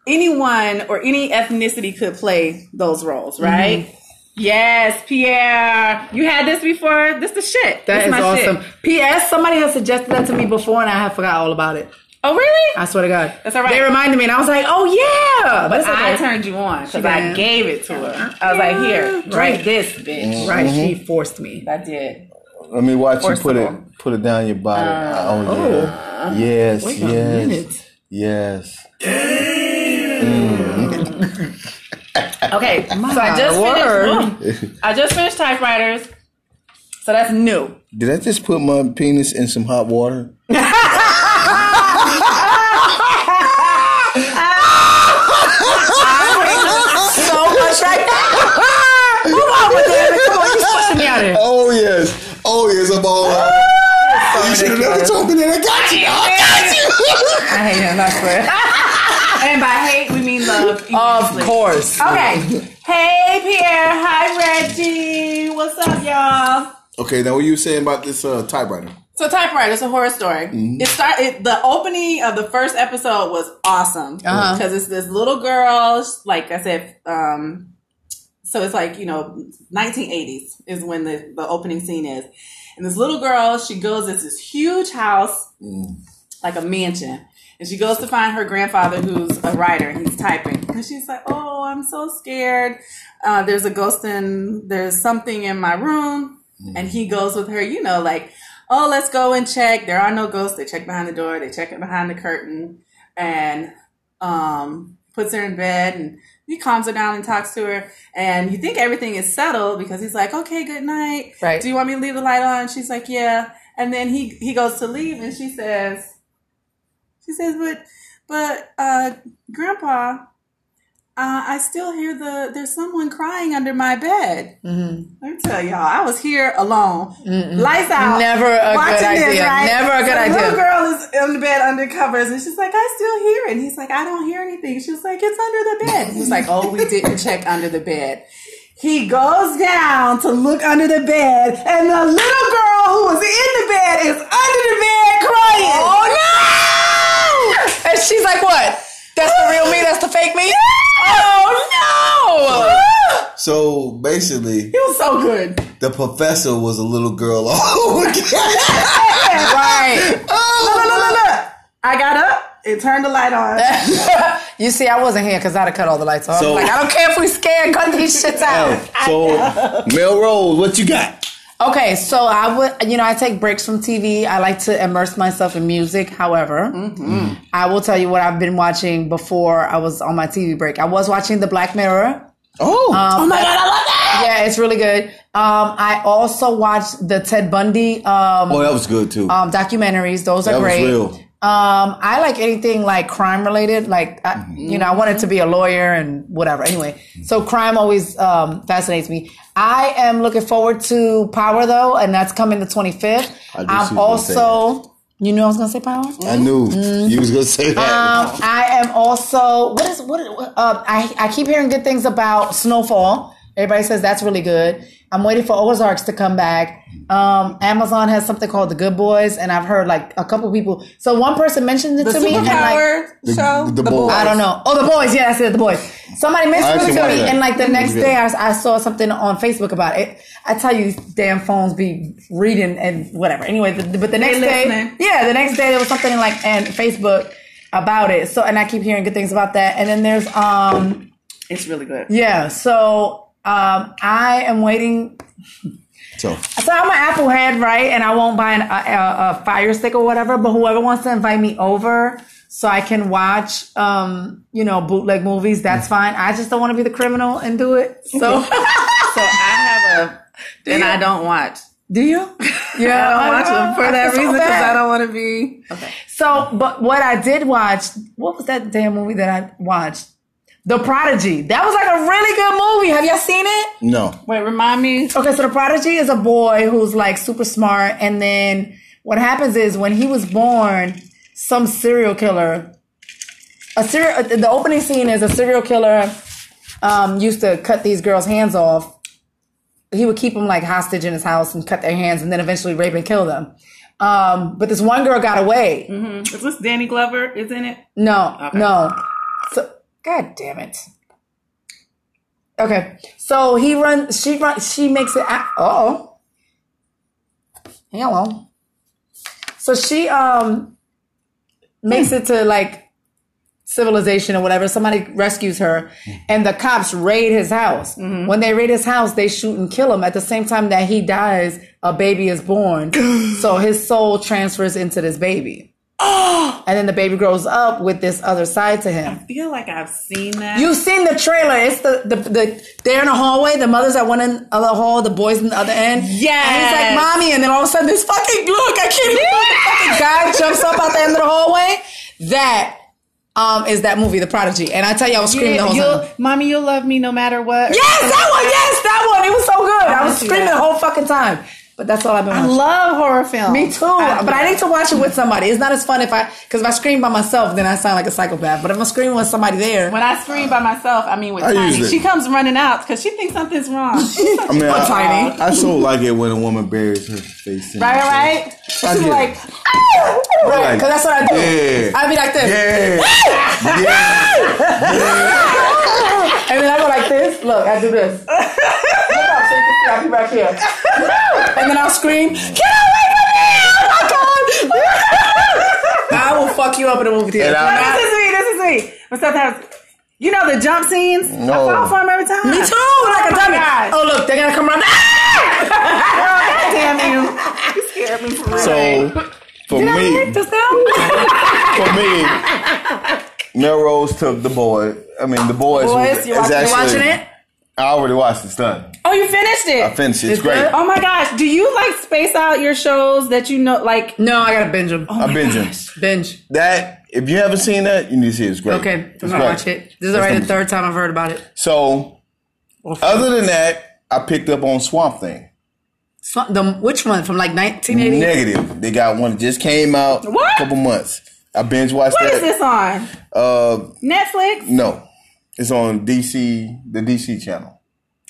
Mm-hmm.
anyone or any ethnicity could play those roles, right? Yes, Pierre. You had this before. This the shit.
That
this
is
my
awesome.
Shit.
P.S. Somebody has suggested that to me before, and I have forgot all about it.
Oh really?
I swear to God,
That's all right.
They reminded me, and I was like, "Oh yeah!"
but
That's okay.
I turned you on because I
did.
gave it to her. I was like, here, drink
Right. Mm.
this, bitch.
right. She forced me.
I did.
Let me watch you put
Forcible. Uh,
it put it down your body. oh yeah. yes,
Wait a
yes.
minute.
Yes.
Okay, so I just finished. Ooh. I just finished typewriters, so that's new.
Did I just put my penis in some hot water?
so much right now. Come on, with it. Come on, you pushing me out of here.
Oh yes, oh yes, I'm all out. You should have never told me that. I got you. I got you.
I hate him. I swear.
And by hate, we mean love.
Of course.
Okay. Hey, Pierre. Hi, Reggie. What's up, y'all?
okay, now what you were saying about this uh, typewriter?
So, typewriter. It's a horror story. It start. It, the opening of the first episode was awesome
Uh-huh.
because it's this little girl. sh- Like I said, um, so it's like you know, 1980s is when the the opening scene is, and this little girl she goes it's this huge house, like a mansion. And she goes to find her grandfather, who's a writer, and he's typing. And she's like, "Oh, I'm so scared. Uh, there's a ghost in. There's something in my room." And he goes with her, you know, like, "Oh, let's go and check. There are no ghosts. They check behind the door. They check it behind the curtain, and um, puts her in bed and." He calms her down and talks to her, and you think everything is settled because he's like, "Okay, good night.
Right.
Do you want me to leave the light on?" She's like, "Yeah." And then he he goes to leave, and she says, she says, "But, but, uh, Grandpa, uh, I still hear the there's someone crying under my bed.
Mm-hmm.
Let me tell y'all, I was here alone, lights out,
Never a
Oh, watching
good
this,
idea.
right?
Never a good
So the Little
idea.
girl is on the bed under covers, and she's like, "I still hear it." And he's like, "I don't hear anything." She was like, "It's under the bed." He's like, "Oh, we didn't check under the bed." He goes down to look under the bed, and the little girl who was in the bed is under the bed crying.
Oh no! And she's like, "What? That's the real me. That's the fake me." Oh
So basically,
It was so good.
the professor was a little girl all again.
no! Right.
Look, look, look, look. I got up and turned the light on.
You see, I wasn't here because I'd have cut all the lights off.
So- Oh.
like, I don't care if we scared, cut these shits out.
So Melrose, what you got?
Okay, so I would, you know, I take breaks from TV. I like to immerse myself in music. However,
Mm-hmm.
I will tell you what I've been watching before I was on my TV break. I was watching The Black Mirror.
Oh,
Um,
my god, I love that.
yeah, it's really good. Um, I also watched the Ted Bundy um,
oh, that was good too.
um, documentaries. Those are
that was
great.
real.
Um, I like anything like crime related. Like, I, you know, I wanted to be a lawyer and whatever. Anyway, so crime always um, fascinates me. I am looking forward to Power though, and that's coming the 25th.
I knew she
I'm
was gonna say
also, you knew I was going to say Power?
I knew you was gonna say that.
Mm-hmm. Um, I am also, what is, what, is- what- uh, I, I keep hearing good things about Snowfall. Everybody says that's really good. I'm waiting for Ozarks to come back. Um, Amazon has something called The Good Boys, and I've heard like a couple people. So one person mentioned it
The
to me. and, like,
superpower show.
the boy.
I don't know. Oh, the boys. Yeah, that's it. The boys. Somebody
I
mentioned it
actually
to
watched
me,
that.
and like the next
good.
day, I, I saw something on Facebook about it. I tell you, these damn phones be reading and whatever. Anyway, the, but the next day,
listening.
yeah, the next day there was something like and Facebook about it. So, and I keep hearing good things about that. And then there's um.
It's really good.
Yeah, so um, I am waiting.
So
So I'm an Apple head, right? And I won't buy an, a, a, a Fire Stick or whatever. But whoever wants to invite me over so I can watch, um, you know, bootleg movies, that's fine. I just don't want to be the criminal and do it. So
So I have a, and I don't watch.
do you? Yeah,
I don't watch them for
I
that
feel so
reason because
bad.
I don't want to be.
So, but what I did watch, what was that damn movie that I watched? The Prodigy. That was like a really good movie. Have y'all seen it?
no,
Wait, remind me.
Okay, so the prodigy is a boy who's like super smart, and then what happens is when he was born, some serial killer, a serial. The opening scene is a serial killer um, used to cut these girls' hands off. He would keep them like hostage in his house and cut their hands, and then eventually rape and kill them. Um, but this one girl got away.
Is this Danny Glover? Is in it?
No, no. So, God damn it. Okay. So he runs. She runs. She makes it. Uh oh. Hello. So she um makes it to like civilization or whatever. Somebody rescues her, and the cops raid his house. When they raid his house, they shoot and kill him. At the same time that he dies, a baby is born. so his soul transfers into this baby. And then the baby grows up with this other side to him.
I feel like I've seen that.
You've seen the trailer. It's the, the the they're in a hallway. The mother's at one end of the hall. The boys in the other end.
Yes.
And he's like, "Mommy," and then all of a sudden, this fucking look. I can't even. look. The fucking guy jumps up out the end of the hallway. That um is that movie, The Prodigy. And I tell you, I was screaming the whole
you'll,
time.
mommy, you'll love me no matter what.
Yes, that one. Yes, that one. It was so good. I,
wanna
was
see
screaming
that.
the whole fucking time. But that's all I've been.
I
Watching.
love horror films.
Me too. but I need to watch it with somebody. It's not as fun if I because if I scream by myself, then I sound like a psychopath. But if I'm screaming with somebody there,
When I scream by myself, I mean with
I
Tiny.
usually-
She comes running out because she thinks something's wrong. right,
I mean,
Or tiny.
I, I, I so like it when a woman buries her face in the
right?
I
She's
get it.
like,
Right, because that's what I do.
Yeah.
I'd be like this.
Yeah. yeah.
And then I go like this. Look, I do this. Look up so you can see I'll be back here. and then I'll scream, Get away from me! Oh my God! I will fuck you up in the movie theater.
And I-
"No, this is me, this is me. But sometimes, you know the jump scenes?
No.
I fall for them every time. Oh,
Me too, like a
my
dummy.
God.
Oh, look, they're gonna come around. Ah!
Damn you. You scared me for real.
So for
Did I
me,
make this now?
for me, Melrose took the boy. I mean, the boys.
Boys, you
is
watching, you
actually-
watching it?
I already watched. It's done.
oh, you finished it.
I finished. It's,
It's
great.
good?
Oh my gosh. Do you like space out your shows that you know, like,
No, I gotta binge them.
I'm binging.
Binge.
That if you haven't seen that, you need to see it. It's great.
Okay,
It's
I'm gonna
great.
watch it. This is
It's
already the
number-
third time I've heard about it.
So, other than that, I picked up on Swamp Thing.
So, the, which one? From like 1980?
Negative. They got one that just came out
What?
a couple months. I binge watched
what
that.
is this on?
Uh,
Netflix?
no, it's on DC, the DC channel.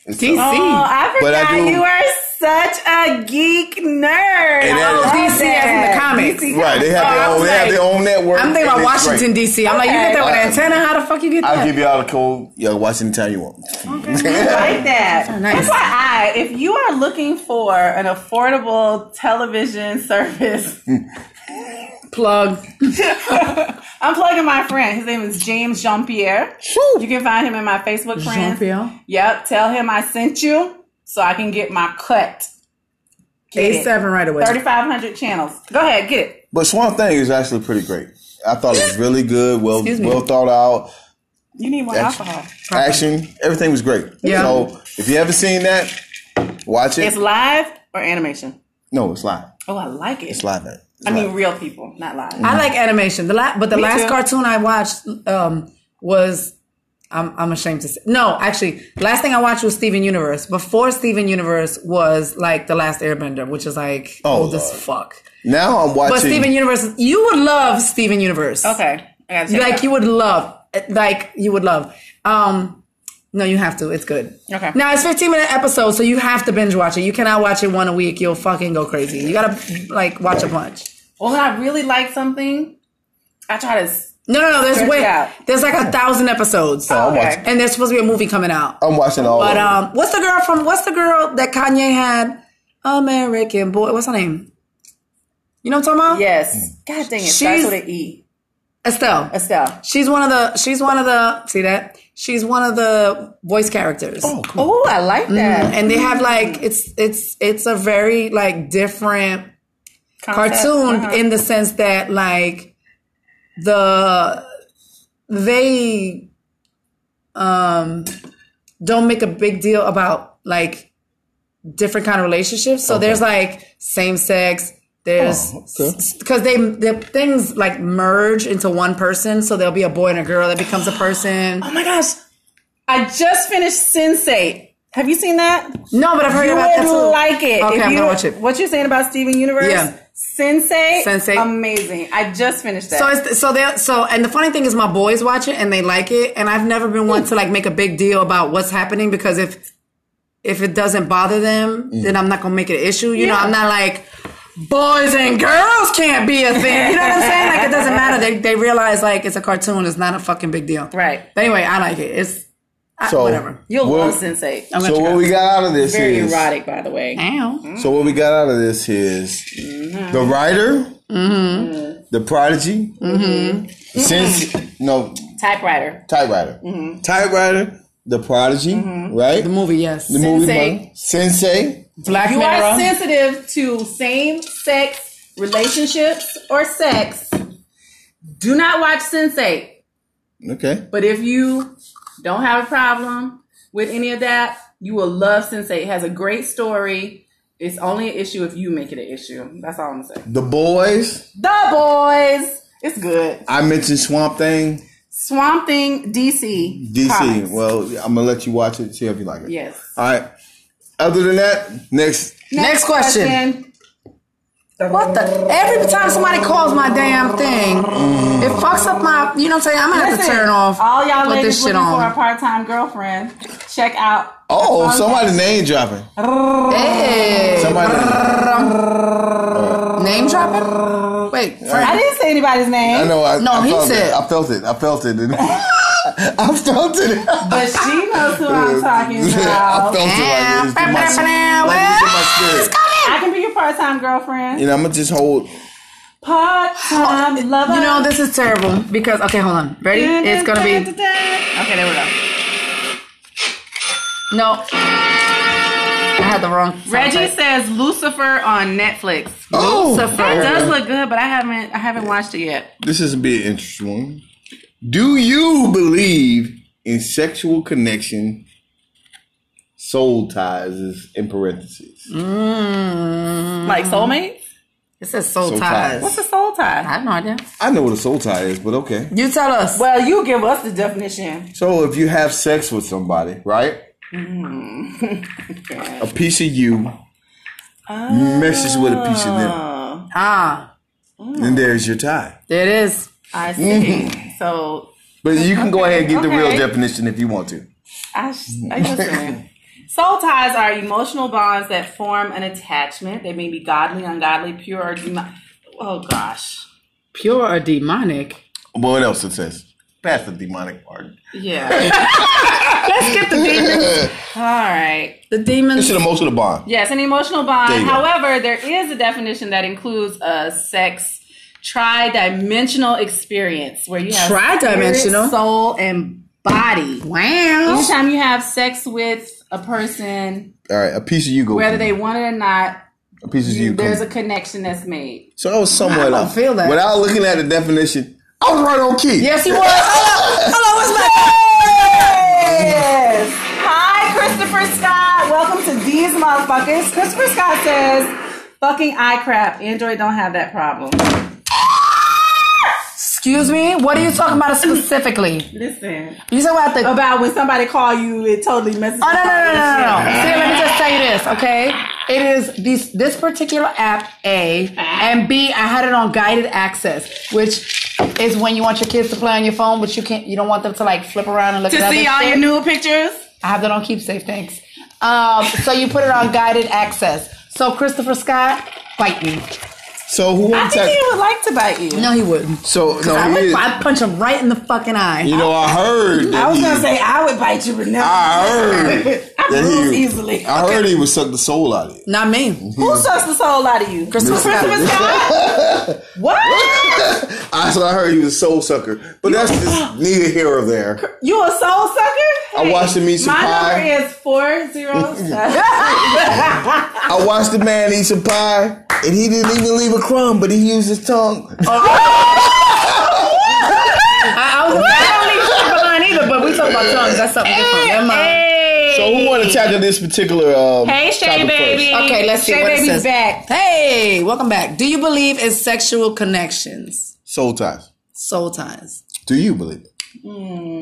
It's
DC.
Oh, I
But I
forgot
do-
you are such a geek nerd.
And that
I
is-
love
DC Oh, as in the
that.
comics.
DC
Right, they have,
Oh, I was
their, own, they have
like-
their own network.
I'm thinking about
and it's
Washington
great.
D.C. I'm like, you get that with
Okay.
an antenna? How the fuck you get that?
I'll give you all the code. Yeah, watch anytime you want.
I like that.
nice.
FYI, if you are looking for an affordable television service,
plug.
I'm plugging my friend. His name is James Jean Pierre. You can find him in my Facebook friends.
Jean-Pierre?
Yep. Tell him I sent you so I can get my cut. Get
A
it.
seven right away.
3,500 channels. Go ahead, get it.
But Swamp Thing is actually pretty great. I thought it was really good, well,
Excuse me.
well thought out.
You need more
That's-
alcohol.
action. Everything was great.
Yeah.
So if you haven't seen that, watch it.
It's live or animation?
no, it's live.
Oh, I like it.
It's live. man. It's
I mean,
live. Mm.
real people, not live.
I like animation. The la- but the last
too.
cartoon I watched um, was I'm, I'm ashamed to say. No, actually, the last thing I watched was Steven Universe. Before Steven Universe was like The Last Airbender, which is like
Oh,
old as
Lord.
fuck.
now I'm
But
watching.
Steven Universe, you would love Steven Universe.
Okay. I gotta check it
Like
out.
you would love. Like you would love. Um, no, you have to. It's good.
Okay.
Now it's 15 minute episodes, so you have to binge watch it. You cannot watch it one a week. You'll fucking go crazy. You gotta like watch a bunch.
Well, when I really like something, I try to. s-
No, no, no. There's
Stretch
way.
it out. Oh,
There's like a thousand episodes,
I'm,
Okay.
watching,
and there's supposed to be a movie coming out.
I'm watching all.
But
of
um,
them.
what's the girl from? What's the girl that Kanye had? American boy. What's her name? You know what I'm talking about?
Yes.
Mm.
God dang it.
She's-
Starts with an E.
Estelle.
Estelle.
She's one of the. She's one of the. See that? She's one of the voice characters.
Oh, cool.
Oh, I like
Mm.
that.
And they have like it's it's it's a very like different
Concept.
cartoon
Uh-huh.
in the sense that like the they um don't make a big deal about like different kind of relationships so there's like same sex there's
Oh,
because they the things like merge into one person so there'll be a boy and a girl that becomes a person
Oh my gosh. I just finished Sensei. Have you seen that?
no but i've heard
You
about that too
would like it.
Okay,
if
I'm
you,
gonna watch it.
What you're saying about Steven Universe?
Yeah.
Sensei.
Sensei.
Amazing. I just finished that.
So it's so they so and the funny thing is my boys watch it and they like it and I've never been one to like make a big deal about what's happening because if if it doesn't bother them then I'm not gonna make it an issue you know
Yeah.
I'm not like boys and girls can't be a thing you know what I'm saying like it doesn't matter they they realize like it's a cartoon it's not a fucking big deal
Right.
but anyway I like it it's I,
So,
whatever.
You'll
Well-
love Sensei.
I'm gonna
So what we got out of this
Very
is
erotic, by the way.
Ow.
so what we got out of this is the
Mm-hmm.
writer, the prodigy,
Mm-hmm.
since no
Typewriter.
typewriter, typewriter, the prodigy, right?
Mm-hmm. The movie, yes.
The movie
Sensei.
Mo- Sensei.
Black
You
Mirror.
are sensitive to same sex relationships or sex. Do not watch Sensei.
Okay.
But if you don't have a problem with any of that, you will love Sensei. It has a great story. It's only an issue if you make it an issue. That's all I'm gonna say.
The boys.
The boys. It's good.
I mentioned Swamp Thing.
Swamp Thing DC.
DC.
Comics.
Well, I'm gonna let you watch it, see if you like it.
Yes.
All right. Other than that, next
Next question. What the? Every time somebody calls my damn thing, it fucks up my. You know what I'm saying? I'm gonna have to
Listen,
turn off.
All y'all
put
ladies
this shit
looking for a
on.
part-time girlfriend. Check out.
Oh,
Okay.
somebody name dropping.
Hey,
Somebody
name dropping? Wait, Frank.
I didn't say anybody's name.
I know I,
No,
I
he
felt
said-
it. I felt it. I felt it. I felt it.
But she knows who I'm talking
I
about.
felt it. Like, it's in my, like, it's in my spirit.
I can be your part-time girlfriend.
You know, I'm gonna just hold.
Part-time lover.
You know this is terrible because okay, hold on. Ready? It's gonna be
Okay, there we go.
no. I had the wrong. sound
Reggie
effect.
says Lucifer on Netflix.
Oh,
Lucifer. It does look good, but I haven't I haven't watched it yet.
This is be an interesting one. Do you believe in sexual connection? Soul ties is in parentheses.
Mm-hmm.
Like soulmate?
It says soul,
Soul
ties.
ties.
What's a soul
I
tie?
have no idea.
I know what a soul tie is, but okay.
You tell us.
Well, you give us the definition.
So if you have sex with somebody, right?
Mm.
a piece of you messes with a piece of them,
Oh,
Ah,
and there's your tie.
there it is.
I see.
Mm-hmm.
So
But you can go ahead and get the real
Okay.
definition if you want to.
I, sh- I listen. Soul ties are emotional bonds that form an attachment. They may be godly, ungodly, pure, or demi- oh gosh,
Pure or demonic?
But what else it says? Past the demonic part.
yeah.
Let's get the demons.
All right.
The demons.
It's an emotional bond.
Yes, an emotional
There
bond.
you go.
However, there is a definition that includes a sex tri-dimensional experience where you have
Tri-dimensional?
spirit, soul, and body.
Wow.
Anytime you have sex with a person,
All right, a piece of you go.
whether they want it or not,
a piece of you.
there's
Come.
a connection that's made.
so I was somewhat.
I don't
off.
feel that.
Without looking at the definition, I was right on key.
Yes, you were. Hello, hello, what's my?
Yes. Hi, Christopher Scott. Welcome to these motherfuckers. Christopher Scott says, "Fucking eye crap." Android don't have that problem.
Excuse me. What are you talking about specifically?
Listen
You talking about the?
about when somebody call you, it totally messes.
Oh no no no no no! no.
up.
See, let me just tell you this, okay? It is this this particular app A and B. I had it on guided access, which is when you want your kids to play on your phone, but you can't. You don't want them to like flip around and look at
To
other
see all
shit.
your new pictures.
I have that on KeepSafe, thanks. Um, so you put it on guided access. So Christopher Scott, bite me.
So who
I
want to
think
talk?
he would like to bite you.
No, he wouldn't.
So no,
I
he
would,
is-
I'd punch him right in the fucking eye.
you know, I heard. That
I was
he,
gonna say I would bite you, but no.
Ah, I heard
I
that
bruise
he.
easily.
I heard he would suck the soul out of you.
Not me.
Who sucks the soul out of you?
Christopher
Christopher
Scott.
Scott. What?
I, so I heard he was a soul sucker, but that's just neither here or there.
You a soul sucker?
I watched him eat some
My
pie.
number is four zero seven.
I watched the man eat some pie, and he didn't even leave a crumb, but he used his tongue.
I, I was I don't leave shit behind either, but we talk about tongues. That's something different. Never mind.
So who want to tackle this particular? Um,
Hey, Shay
topic
Baby.
first?
Okay, let's see
Shay
what it
Baby's
says.
back.
Hey, welcome back. Do you believe in sexual connections?
Soul ties.
Soul ties.
Do you believe it?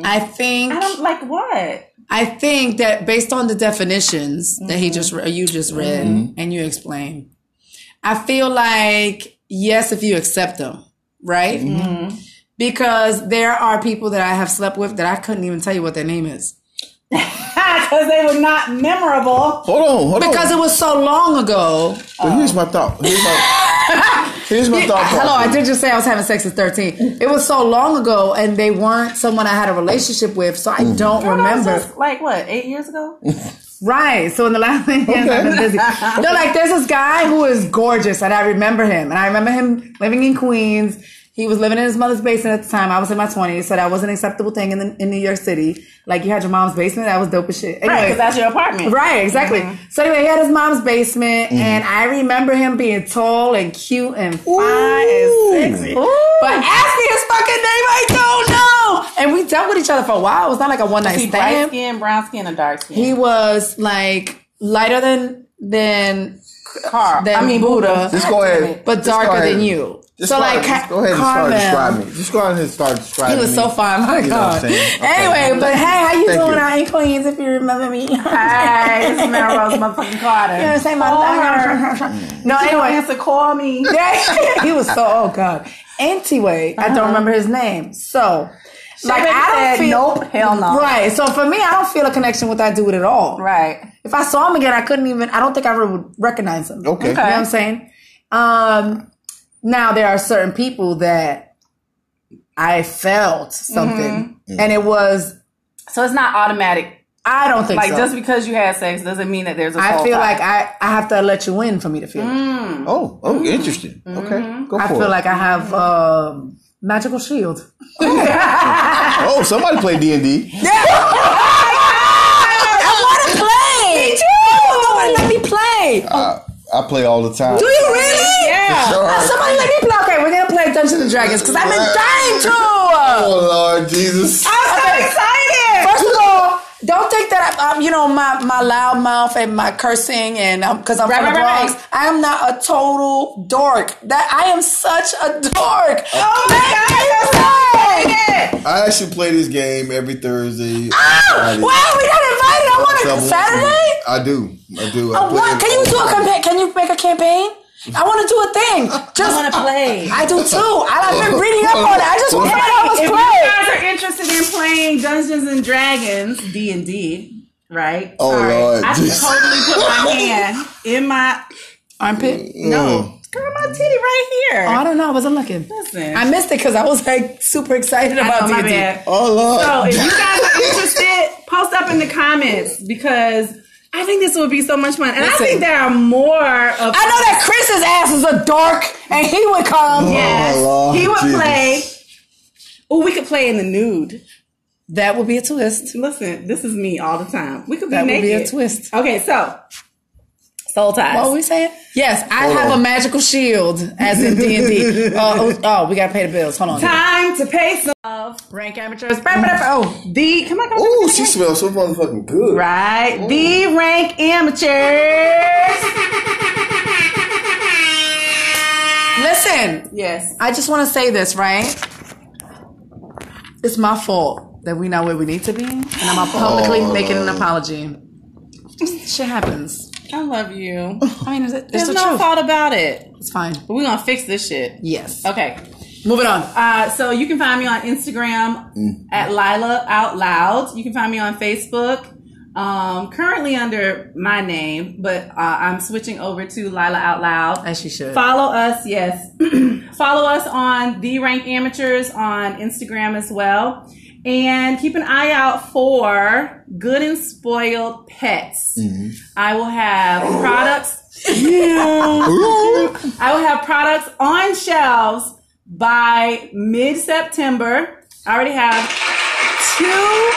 I think
I don't like what?
I think that based on the definitions that
Mm-hmm.
he just re- you just read and you explained, I feel like yes, if you accept them, right?
Mm-hmm.
Because there are people that I have slept with that I couldn't even tell you what their name is
Because they were not memorable. Oh.
Hold on, hold on.
because it was so long ago.
But here's my thought. Here's my, Here's my
Yeah,
thought process.
Hello, I did just say I was having sex at 13. It was so long ago, and they weren't someone I had a relationship with, so I don't remember.
Just, like what, eight years ago?
Right. So in the last thing, yes, I've been busy. No, like there's this guy who is gorgeous, and I remember him, and I remember him living in Queens. He was living in his mother's basement at the time. I was in my twenties, so that was an acceptable thing in the, in New York City. Like you had your mom's basement, that was dope as shit.
Right,
Anyway.
because that's your Mm-hmm. apartment.
Right, exactly. So anyway, he had his mom's basement,
Mm-hmm.
and I remember him being tall and cute and fine and sexy. But ask me his fucking name, I don't know. And we dealt with each other for a while. It was not like a one night
Is he bright
stand.
skin, brown skin, or dark skin?
He was like lighter than than,
Carl.
than
I mean Buddha.
Just go ahead.
but
Just go
darker
ahead.
than you.
Just
so
go
like
ahead. Just go ahead and
Carmel,
start describing me. Just go ahead and start describing
He was
me.
so fine, Oh my
know what I'm
God.
saying? Okay.
Anyway, but hey, how you
Thank
doing
you.
out in Queens? If you remember me,
Hi, it's Melrose motherfucking Carter.
You know what I'm saying? My
Call her.
love-
Mm.
No,
She don't
anyway,
answer, call me.
he was so oh god. Anyway, I
Uh-huh.
don't remember his name. So, like
Shabby
I don't
said,
feel
nope, hell no.
Right. So for me, I don't feel a connection with that dude at all.
Right.
If I saw him again, I couldn't even. I don't think I would recognize him.
Okay.
You know what I'm saying? Um, now there are certain people that I felt something, and it was
So it's not automatic.
I don't think
Like
so.
just because you had sex doesn't mean that there's a.
I
soul
feel
tie.
like I I have to let you in for me to feel. it.
Mm.
Oh, oh, interesting. Okay, go for
Mm-hmm. I
it.
feel like I have um, magical shield.
oh, somebody play D and D.
I want to play. Me Nobody let me play.
I play all the time.
Do you really?
Yeah.
Sure.
Oh, somebody let me play. Okay, we're gonna play Dungeons and Dragons because I've been dying to.
Oh Lord Jesus!
I'm so excited. First of all, don't think that I- I'm, you know, my my loud mouth and my cursing and because I'm
Right,
from the
right, right,
Bronx, I am not a total dork. That I am such a dork.
Oh my God, you're so excited.
I actually play this game every Thursday.
Oh, wow,
Friday.
we got invited. I
So
want
once
to
a
Saturday.
week- I do. I do. I
A
play
what?
every-
Can you do a campaign? Can you make a campaign? I want to do a thing. Just
I want to play.
I do too. I, I've been reading up on it. I just want to
Hey,
know
if
what's
you
playing.
guys are interested in playing Dungeons and Dragons D and D, right?
Oh, Lord,
I
Jesus.
totally put my hand in my
Armpit?
Mm. No.
girl, my titty right here.
Oh, I don't know. I wasn't looking.
Listen.
I missed it because I was like super excited
I
about
know, my
D&D.
bad.
Oh Lord.
So if you guys are interested, post up in the comments because I think this would be so much fun, and I
Listen.
think there are more of.
I know that Chris's ass is a dork and he would come.
Yes.
Oh, Lord
he would
Jesus.
play. Oh, we could play in the nude.
That would be a twist.
Listen, this is me all the time. We could be
That would
naked.
be a twist.
Okay, so soul ties.
What were we saying? Yes, I have a magical shield as in D&D. Uh, oh, oh, we got to pay the bills. Hold on.
Time to pay some of
Rank amateurs. Bam, bam, bam. Oh,
the come on, come on, come
Ooh,
on,
she
come on.
smells so motherfucking good.
right the rank amateurs.
listen.
Yes,
I just want to say this, right? It's my fault that we not where we need to be, and I'm publicly making an apology. Shit happens.
I love you.
I mean, it's, it's
There's
the
no
truth.
fault about it.
It's fine.
But we're gonna fix this shit.
Yes.
Okay.
Moving on.
Uh, so you can find me on Instagram at Lila Out Loud. You can find me on Facebook, um, currently under my name, but uh, I'm switching over to Lila Out Loud.
As you should.
Follow us, yes. Follow us on The Rank Amateurs on Instagram as well. And keep an eye out for Good and Spoiled Pets. I will have products. I will have products on shelves by mid September. I already have two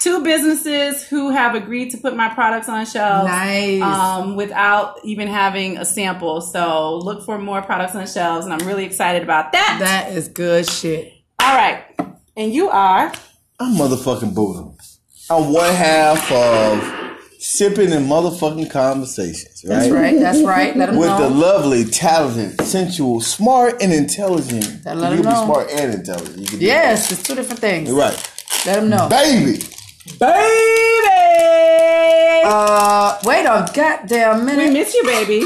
two businesses who have agreed to put my products on shelves
Nice.
um, without even having a sample. So look for more products on the shelves, and I'm really excited about that.
That is good shit.
All right, and you are
I'm motherfucking Buddha. I'm one half of sipping and motherfucking conversations. Right.
That's right. That's right. Let them
With the
know.
lovely, talented, sensual, smart, and intelligent.
Gotta let
you
'em
can be
know.
smart and intelligent. You can do
yes, it's two different things.
that. You're right.
Let them know.
Baby.
baby.
Uh, wait a goddamn
we
minute.
miss you, baby.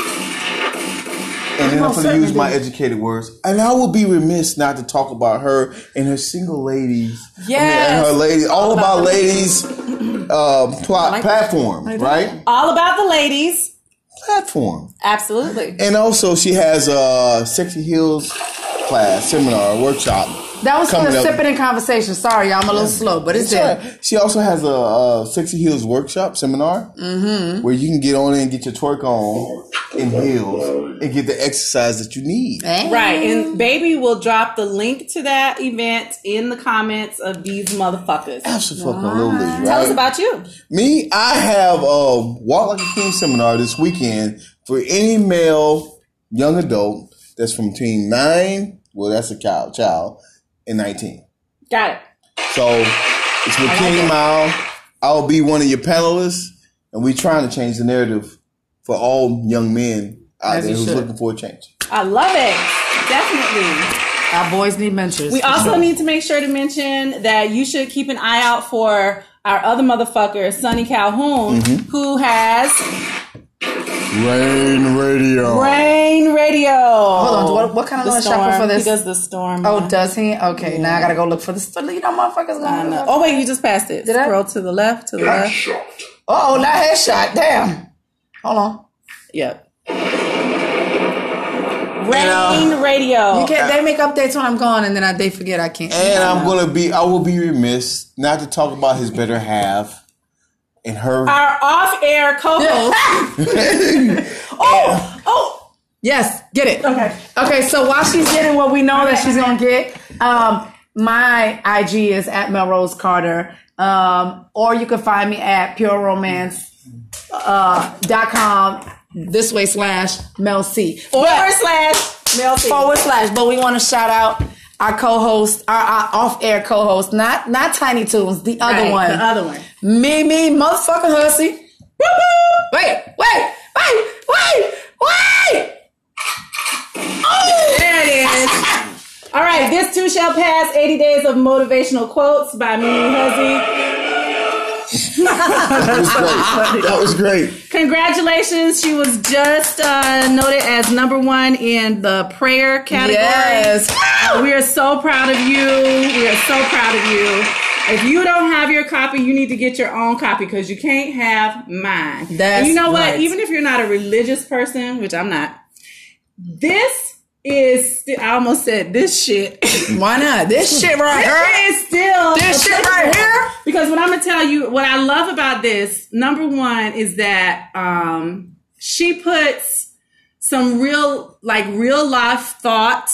And then I'm
Most
going to use
certainly
my
do.
educated words. And I would be remiss not to talk about her and her single ladies. I mean,
Yes.
and her ladies. All about ladies. Uh, plot
like that.
platform,
like that.
right?
All about the ladies.
platform.
Absolutely.
And also, she has a Sexy Heels class, seminar, workshop.
That was for
Coming
the
up.
sipping in conversation. Sorry, y'all, I'm a little slow, but it's there.
Yeah. She also has a, uh Sexy Heels workshop seminar
Mm-hmm.
where you can get on and get your twerk on in heels and get the exercise that you need.
Eh?
Right, and baby will drop the link to that event in the comments of these motherfuckers.
Absolutely, right?
Tell us about you.
Me, I have a Walk Like a King seminar this weekend for any male young adult that's from between nine, well, that's a child, child, and 19.
Got it.
So it's with King Mile. I'll be one of your panelists, and we're trying to change the narrative for all young men out
As
there
you
who's
should.
looking for a change.
I love it. Definitely.
Our boys need mentors.
We also need to make sure to mention that you should keep an eye out for our other motherfucker, Sonny Calhoun, who has
Rain Radio.
Rain Radio. Hold
on, what- what kind of loan shuffle for this?
He does the storm.
oh, does he? Okay, now I gotta go look for the store. You know, motherfuckers going.
No. Oh wait, you just passed it.
Did I?
Scroll to the left, to the left.
Oh, not headshot. Damn. Hold on.
Yep. Rain Radio.
You can't, they make updates when I'm gone, and then I, they forget I can't.
And I'm gonna be. I will be remiss not to talk about his better half and her.
Our off-air co-host. oh, oh.
Yes, get it.
Okay.
Okay, so while she's getting what we know that she's gonna get, um, my IG is at Melrose Carter, um, or you can find me at Pure Romance uh, dot com this way slash Mel C
Forward slash Mel C.
forward slash. But we want to shout out our co-host, our, our off-air co-host, not not Tiny Toons, the other
Right,
one,
The other one.
Mimi motherfucking hussy. Woo-hoo! Wait, wait, wait, wait, wait.
There it is. All right, this too shall pass. 80 days of motivational quotes by Mimi Huzzy.
that was great.
Congratulations, she was just uh, noted as number one in the prayer category.
Yes.
Uh, we are so proud of you. We are so proud of you. If you don't have your copy, you need to get your own copy because you can't have mine.
That's
and you know what?
right.
Even if you're not a religious person, which I'm not, this is. sti- I almost said this shit.
Why not? This shit right here.
It's still
This shit right here?
Because what I'm gonna tell you, what I love about this, number one, is that um, she puts some real, like real life thought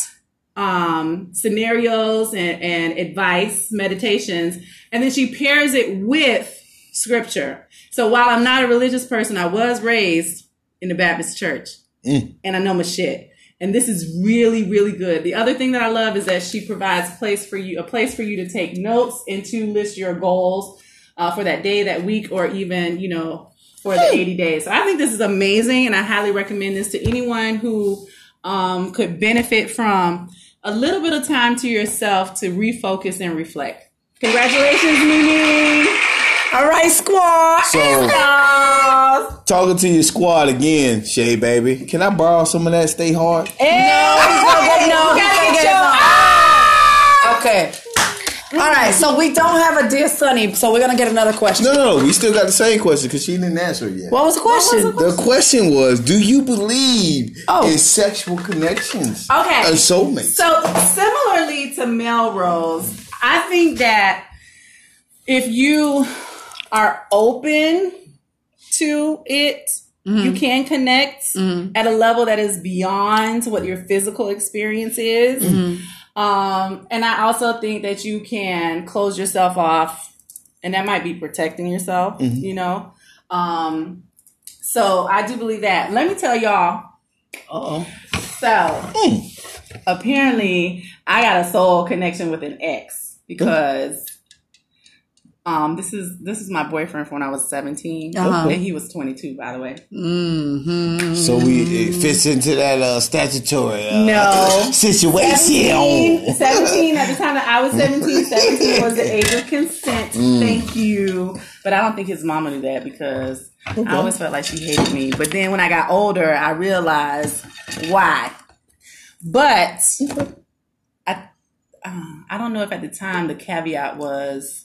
um, scenarios and, and advice, meditations, and then she pairs it with scripture. So while I'm not a religious person, I was raised in the Baptist church and I know my shit. And this is really, really good. The other thing that I love is that she provides place for you, a place for you to take notes and to list your goals uh, for that day, that week, or even you know for the 80 days. So I think this is amazing, and I highly recommend this to anyone who um, could benefit from a little bit of time to yourself to refocus and reflect. Congratulations, Mimi!
All right, squad.
So talking to your squad again, Shay baby. Can I borrow some of that? Stay hard.
no,
You gotta
he can't
get
get his own.
your-
Okay. All right, so we don't have a dear Sonny, so we're gonna get another question.
No, no, no. We still got the same question because she didn't answer it yet.
What was the question?
the question was, do you believe
Oh.
in sexual connections
Okay.
and soulmates?
So similarly to Melrose, I think that if you are open to it, you can connect at a level that is beyond what your physical experience is. Um, and I also think that you can close yourself off, and that might be protecting yourself, you know. Um, so I do believe that. Let me tell y'all. Oh, so
Hmm.
apparently I got a soul connection with an ex because um this is this is my boyfriend from when I was 17
Uh-huh.
and he was 22 by the way.
Mm-hmm.
So we it fits into that uh, statutory uh,
No.
situation.
17, 17 at the time that I was 17, 17 was the age of consent. Thank you. But I don't think his mama knew that because I always felt like she hated me. But then when I got older, I realized why. But I uh, I don't know if at the time the caveat was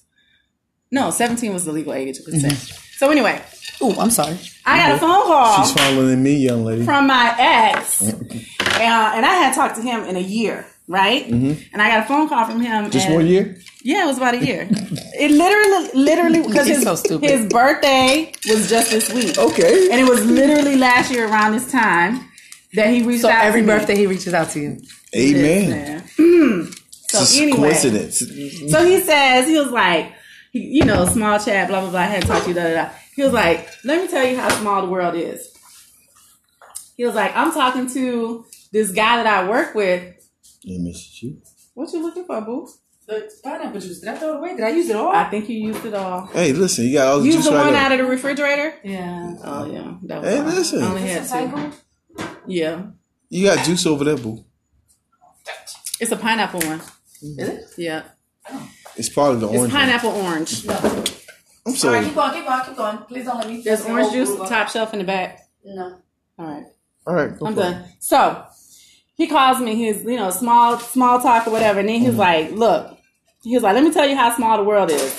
no, 17 was the legal age of consent. So anyway,
Ooh, I'm sorry.
I got a phone call
She's following me, young lady.
Oh. from my ex, uh, and I hadn't talked to him in a year, right?
Mm-hmm.
And I got a phone call from him.
Just
and-
one year?
Yeah, it was about a year. it literally, literally, because
He's
his,
so stupid. Oh.
his birthday was just this week.
Okay.
And it was literally last year around this time that he reached
So
out
every
to me.
birthday he reaches out to you.
Amen.
So
It's
anyway,
coincidence.
So he says, he was like, he- you know, small chat, blah, blah, blah, hadn't talked to you, da, da, da. He was like, let me tell you how small the world is. He was like, I'm talking to this guy that I work with.
He missed you.
What you looking for, boo?
The pineapple juice. Did I throw it away? Did I use it all?
I think you used it all.
Hey, listen, you got all the
You
juice
used the
right
one
there.
out of the refrigerator?
yeah.
Oh, yeah. That was
Hey,
all.
listen.
I only
Is
had
this a
two.
cycle?
Yeah.
You got juice over there, boo.
It's a pineapple one. Is it? Yeah.
It's part of the
It's
orange. one.
pineapple orange.
I'm
All right,
sorry.
keep going, keep going, keep going. Please don't let me.
There's orange juice,
No.
top shelf in the back.
No.
All right.
All right, go
I'm
for it.
done. So he calls me. He's you know small small talk or whatever, and then
Mm-hmm.
he's like, "Look," he was like, "Let me tell you how small the world is."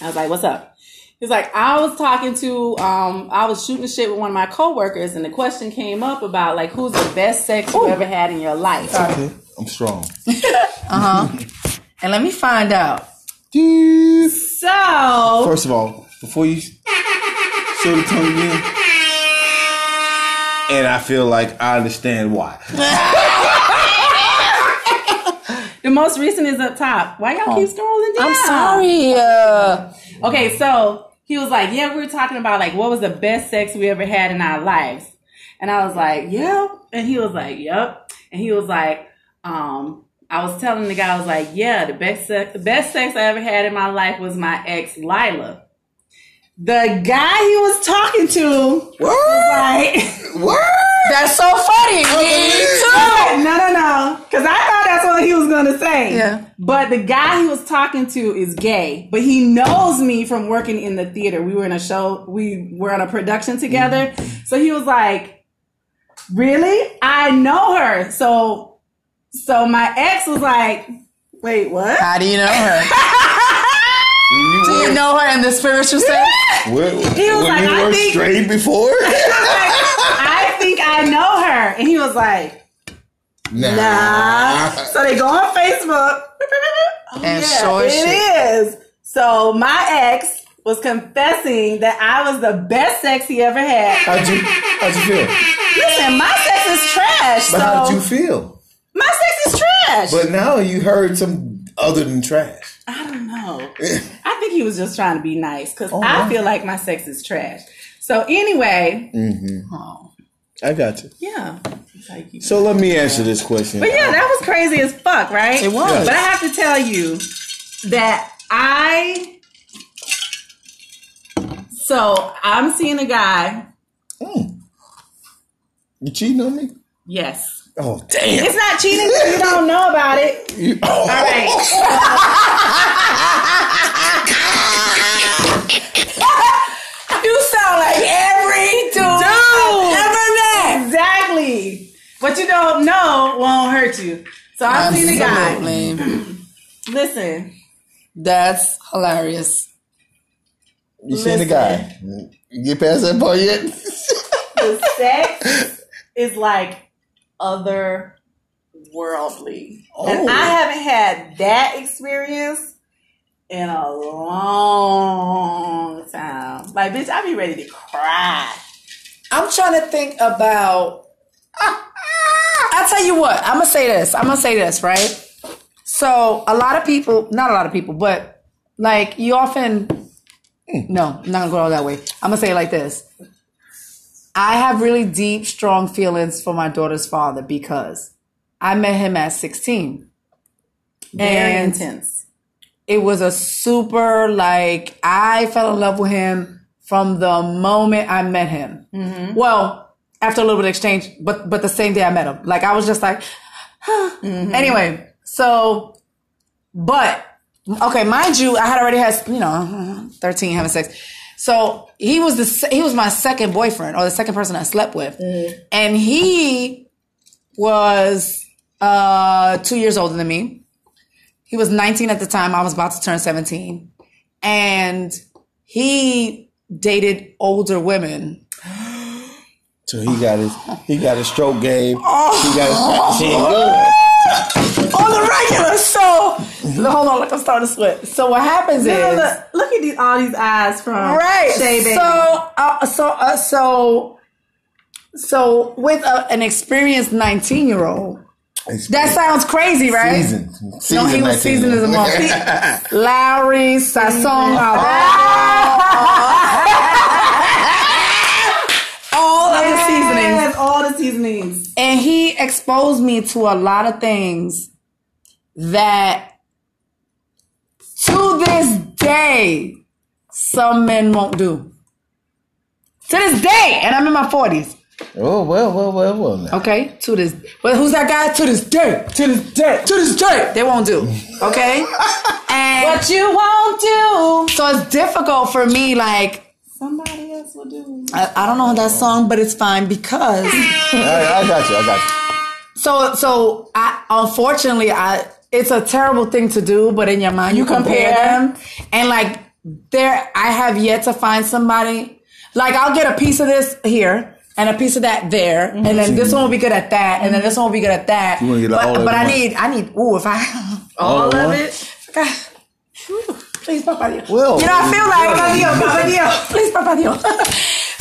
I was like, "What's up?" He's like, "I was talking to um, I was shooting shit with one of my coworkers, and the question came up about like who's the best sex you ever had in your life."
Okay, I'm strong.
And let me find out.
Oh,
So
First of all, before you show the tongue again, and I feel like I understand why.
the most recent is up top. Why y'all keep scrolling down?
Oh. I'm sorry. Uh,
Okay, so he was like, Yeah, we were talking about like what was the best sex we ever had in our lives. And I was like, Yeah. And he was like, Yep. And he was like, um, I was telling the guy, I was like, Yeah, the best sex the best sex I ever had in my life was my ex Lila. The guy he was talking to was like
that's so funny. Me too.
no, no, no. Because I thought that's what he was going to say.
Yeah.
But the guy he was talking to is gay, but he knows me from working in the theater. We were in a show, we were on a production together. So he was like, Really? I know her. So, so my ex was like, Wait, what?
How do you know her? Do you know her in the spiritual sense?
Were,
was
were
like,
you
I
were
think-
straight before?
Like, I think I know her. And he was like,
nah.
Nah. So they go on Facebook. Oh,
And show her
it
shit.
is. So my ex was confessing that I was the best sex he ever had.
How'd you, how'd you feel?
Listen, my sex is trash.
But how'd
so
you feel?
my sex is trash.
But now you heard some other than trash.
I don't know. I think he was just trying to be nice because I
Oh, wow.
feel like my sex is trash. So anyway,
I got you.
yeah. It's like you-
So let me answer this question.
But yeah, that was crazy as fuck, right?
It was.
But I have to tell you that I. So I'm seeing a guy.
Mm. You cheating on me?
Yes.
Oh, damn.
It's not cheating because you don't know about it.
You,
All right.
You sound like every dude I've ever met.
Exactly. What you don't know won't hurt you. So I'm seeing a guy.
Absolutely.
Listen.
That's hilarious.
you seen the guy? You get past that part yet?
the sex is like otherworldly. And I haven't had that experience in a long time. Like, bitch, I be ready to cry.
I'm trying to think about. I'll tell you what, I'm going to say this. I'm going to say this, right? So, a lot of people, not a lot of people, but like you often, no, I'm not going to go all that way. I'm going to say it like this I have really deep, strong feelings for my daughter's father because I met him at 16.
Very
And-
intense.
it was a super like I fell in love with him from the moment I met him. Well, after a little bit of exchange, but but the same day I met him, like I was just like, anyway. So, but okay, mind you, I had already had you know thirteen having sex. So he was the se- he was my second boyfriend or the second person I slept with, and he was uh two years older than me he was 19 at the time. I was about to turn 17. And he dated older women.
So he got his he got his stroke game. He got his shit good.
Oh, On the regular, so hold on, look, I'm starting to sweat. So what happens
Look,
is
look, look at these, all these eyes from
right.
Shay Baby.
So, uh, so, uh, so, so with a, an experienced 19 year old, that sounds crazy, right?
Season.
No, he was seasoned as a month. Lowry,
Mm.
Sasson, all- all of the seasonings
Yes, all the seasonings.
and he exposed me to a lot of things that to this day some men won't do to this day and i'm in my 40s
Oh well, well, well, well. Now.
okay to this well who's that guy to this day to this day to this day they won't do okay and
But you won't do.
so it's difficult for me like
Somebody else will do.
I, I don't know that song but it's fine because
I, I got you. I got
So so I unfortunately I it's a terrible thing to do, but in your mind you, compare, them and like there I have yet to find somebody like I'll get a piece of this here and a piece of that there and then this one will be good at that and then this one will be good at that.
Mm-hmm. wanna get it all
but
at
but I
once.
need I need ooh if I
Oh,
All
all
at
of
once?
it. God, whew, please Papa Dios.
Well,
you know I feel like Papa Dios, Papa
yeah.
Dios, please Papa Dios.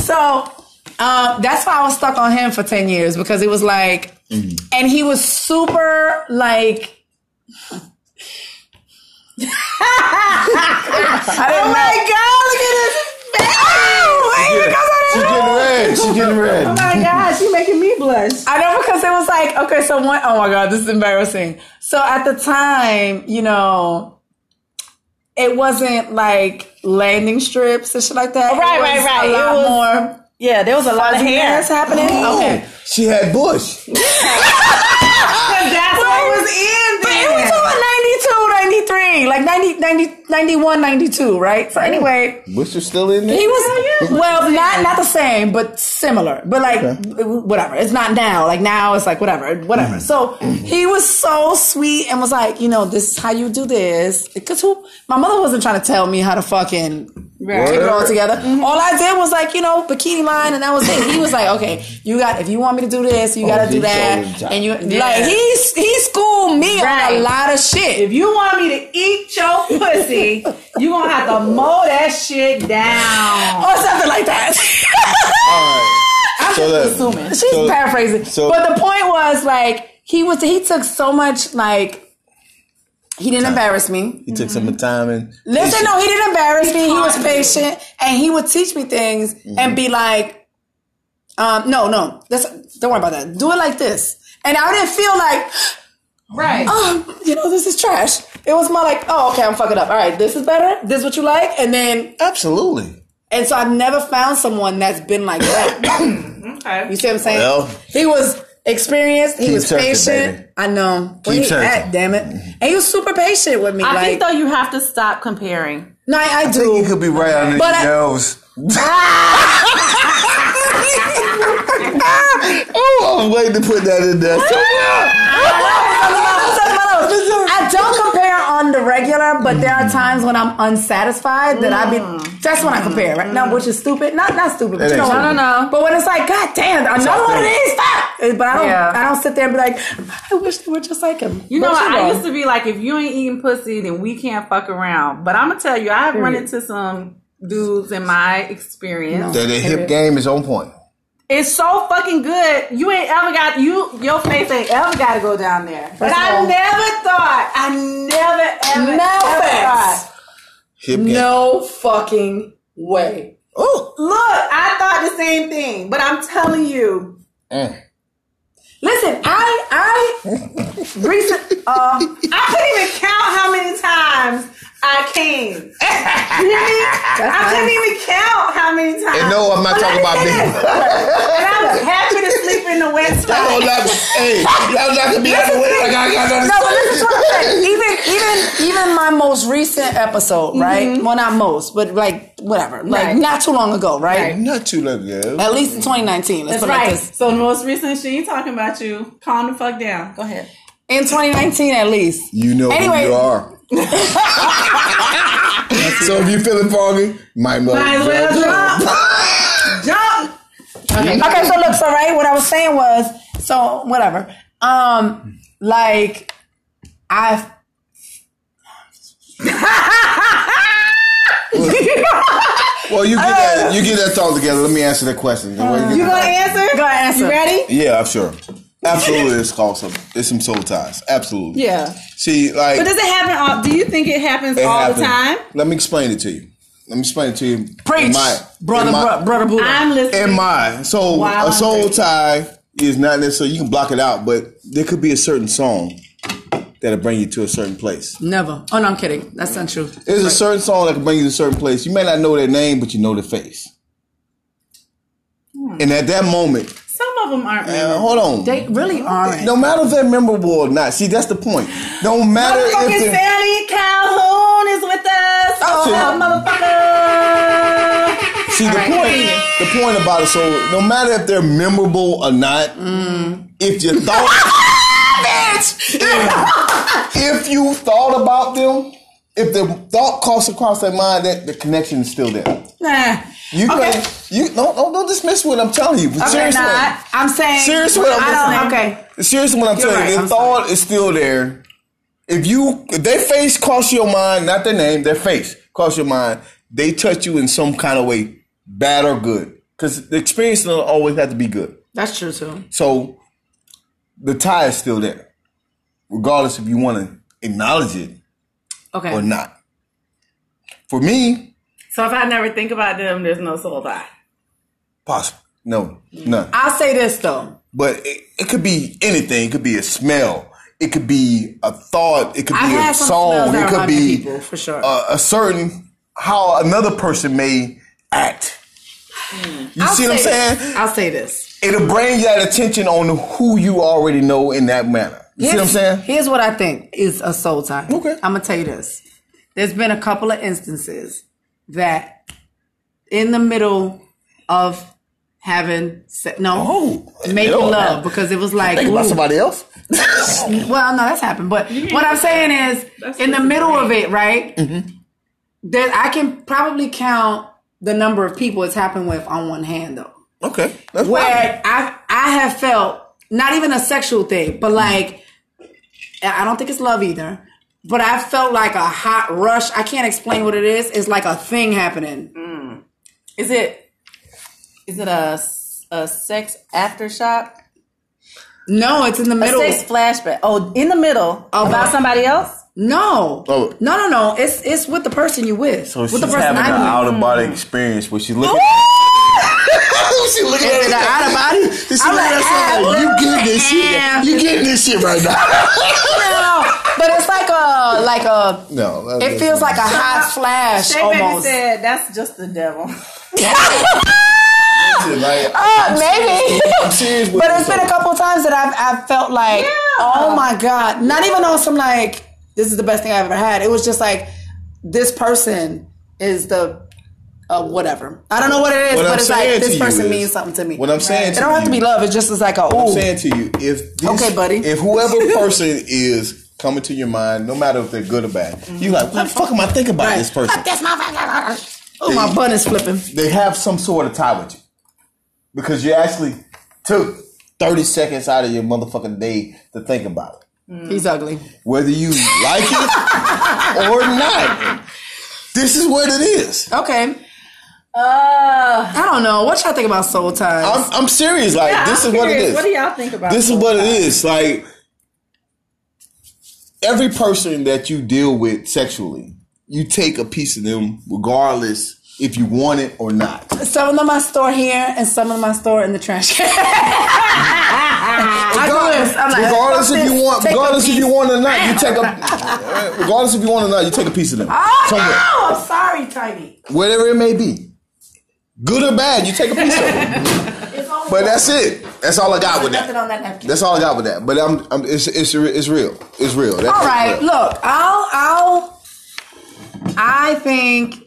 so um, that's why I was stuck on him for 10 years because it was like, and he was super like, oh my god, look at this. Oh, wait, because of
you. She's
that.
getting red. She's getting red.
Oh my gosh, you making me blush.
I know because it was like, okay, so one, oh my God, this is embarrassing. So at the time, you know, it wasn't like landing strips and shit like that.
Right,
It was
right, right.
A
It
lot
was
more
Yeah, there was a lot of hair. Oh.
fuzziness happening. Okay.
Oh, She had bush.
That's what was in
But it was
there.
over 92, 93, like 90, 90, 91, 92, right? So anyway,
Bush was still in there.
he was, well, not, not the same, but similar. But like, whatever. It's not now. Like now it's like, whatever,
Mm-hmm.
whatever. So he was so sweet and was like, you know, this is how you do this. Cause who, my mother wasn't trying to tell me how to fucking
Right. Mm-hmm.
keep it all together. All I did was like, you know, bikini line, and that was it. He was like, okay, you got if you want me to do this,
Oh,
you gotta
he
do that,
told you.
and you like he he schooled me on
Right.
a lot of shit.
If you want me to eat your pussy, you gonna have to mow that shit down.
or something like that.
I'm
So
just
look.
assuming.
She's
So-
paraphrasing.
so-
but the point was like he was he took so much like he didn't embarrass me.
He took some time and
Listen, no, he didn't embarrass me. He was patient, and he would teach me things
Mm-hmm.
and be like, um, "No, no, that's, don't worry about that. Do it like this." And I didn't feel like,
Right.
oh, you know, this is trash. It was more like, "Oh, okay, I'm fucking up. All right, this is better. This is what you like." And then,
absolutely.
and so I've never found someone that's been like that.
Okay.
you see what I'm saying?
Well.
he was experienced. He
Keep
was
searching,
patient.
baby.
I know. Where
Keep
he
searching.
at, damn it. And he was super patient with me.
I
like,
think though you have to stop comparing.
no, I, I do.
You could be right under
But
your
I- Ah!
nose.
Oh, I'm waiting to put that in there.
I don't compare on the regular, but there
Mm.
are times when I'm unsatisfied that I be. That's when I compare, right? No, which is stupid. Not not stupid. But you Mm. know,
ain't
what?
stupid.
No, no, no.
But when it's like, God damn, I know what it is. Fuck. Eh, But I don't.
Yeah.
I don't sit there and be like, I wish they were just like him.
You know, I used to be like, if you ain't eating pussy, then we can't fuck around. But I'm gonna tell you, I've run into some dudes in my experience.
That the hip game is on point.
It's so fucking good. You ain't ever got you your face ain't ever got to go down there. But
First of
I
all-
never thought. I never ever,
No
ever
facts.
thought.
Hip game.
No fucking way.
Oh,
Look, I thought the same thing. But I'm telling you,
Mm.
Listen, I I recent uh
I couldn't even count how many times I came. You hear me? I couldn't even count how many times.
And no, I'm not
But
talking
let
about
me. say
me.
this. And I was happy to sleep in the west
I
side.
don't like. Hey, y'all not gonna be out the way. Like I got
No, but this is what I'm saying. Even even even my most recent episode, right? Well, not most, but like whatever, like
Right.
not too long ago, right?
Not too long ago.
At least in 2019. Let's
That's
put it like
right.
this.
So the most recent she ain't talking about you. Calm the fuck down. Go ahead.
In 2019, at least.
You know
Anyway.
who you are.
so if you feeling foggy, might
Might as well jump. jump.
Okay, so look, so right, what I was saying was, so whatever. Um, like I.
Well, you get
uh,
that, you get that thought together. Let me answer that question.
You gonna answer?
Go ahead, answer.
You ready?
yeah, I'm sure. Absolutely, it's called some. It's some soul ties. Absolutely.
Yeah.
See, like
But does it happen all? Do you think it happens
it
all the
happened.
time?
Let me explain it to you. Let me explain it to you.
Preach,
In my,
brother,
in my,
bro- brother Buddha.
I'm listening.
in my so
Wow.
a soul tie is not necessarily you can block it out, but there could be a certain song that'll bring you to a certain place.
Never. Oh no, I'm kidding. That's not true.
There's a certain song that can bring you to a certain place. You may not know their name, but you know their face. And at that moment,
Some of them aren't.
uh,
memorable.
hold on.
They really aren't.
no matter if they're memorable or not. See, that's the point. No matter if
Motherfucking
they're,
Sally Calhoun is with us. Oh,
That's it.
motherfucker.
see the point. The point about it. So no matter if they're memorable or not, if you thought, if, if you thought about them, if the thought crossed across their mind, that the connection is still there.
Nah.
You
Okay.
can you don't, don't don't dismiss what I'm telling you.
Okay,
seriously.
nah, I'm saying.
Seriously, I'm
I don't.
listening.
Okay.
Seriously, what I'm
You're
telling
right,
you, the
I'm
thought is still there. If you, if their face cross your mind, not their name, their face cross your mind, they touch you in some kind of way, bad or good, because the experience don't always have to be good.
That's true too.
So the tie is still there, regardless if you want to acknowledge it
Okay.
or not. For me,
So if I never think about them, there's no soul tie.
possible, no, none.
I'll say this though.
But it, it could be anything. It could be a smell. It could be a thought. It could
I've
be
had
a
some smells
song.
that
It could
remind me
be uh,
of people, for sure.
a, a certain how another person may act. You
I'll
see what I'm
say this.
saying?
I'll say this.
It'll bring you that attention on who you already know in that manner. You see what I'm
Here's-
saying?
Here's what I think is a soul tie.
Okay.
I'm gonna tell you this. There's been a couple of instances that, in the middle of having se- no
Oh,
making
no,
love,
I-
because it was like
Think about
ooh.
somebody else.
Well, no, that's happened. But what I'm saying is, in the middle of it, right?
Mm-hmm.
That I can probably count the number of people it's happened with on one hand, though.
Okay, that's fine.
Where I I have felt not even a sexual thing, but like I don't think it's love either. But I felt like a hot rush. I can't explain what it is. It's like a thing happening.
Is it? Is it a s- a sex aftershock?
No, it's in the
A
middle.
sex flashback? Oh, in the middle
Oh,
about
my-
somebody else?
No,
Oh.
no, no, no. It's it's with the person you with.
So
with
she's
the Mm. person
having an
I'm with.
out of body experience where she's looking. she looking
Is it
at
out of body?
This
I'm
is what
like,
I said.
ah,
You getting this
ah.
shit? You getting this shit right now?
No, but it's like a like a.
no, that-
It
that's
feels
not-
like a hot flash
Shay Baby
almost.
said that's just the devil.
Like,
Uh, maybe.
I'm serious with
But
you,
it's been a
so-
couple times that I've I've felt like, oh my god, not even on some like this is the best thing I've ever had. It was just like this person is the. Uh, whatever. I don't know what it is,
What
but
I'm
it's like
saying to
this
you
person
is-
means something to me.
what I'm saying
it
to
don't have to
you-
be love. It's just it's like a
I'm
ooh.
saying to you, if this,
Okay, buddy.
if whoever person is coming to your mind, no matter if they're good or bad, you like, what the fuck am I thinking about this person?
Fuck this motherfucker. Oh, my bun is flipping.
They have some sort of tie with you because you actually took thirty seconds out of your motherfucking day to think about it.
He's ugly.
whether you like it or not. This is what it is.
Okay.
Uh,
I don't know. What y'all think about soul ties?
I'm, I'm serious. Like this is what it is.
What do y'all think about
this is what it is. Like every person that you deal with sexually, you take a piece of them, regardless if you want it or not.
Some of them I store here, and some of them I store in the trash can. I do this. I'm like,
regardless
fuck
if you
this.
want,
Take a
regardless if
piece.
you want or not, you take a. regardless if you want or not, you take a piece of them
Oh,
somewhere,
no! I'm sorry, Tiny.
whatever it may be, good or bad. You take a piece of them.
It's only
But that's it. That's all I got with
nothing on
that.
that napkin.
That's all I got with that. But I'm, I'm it's, it's, it's real. It's real. That's
All right,
Real.
look, I'll, I'll, I think,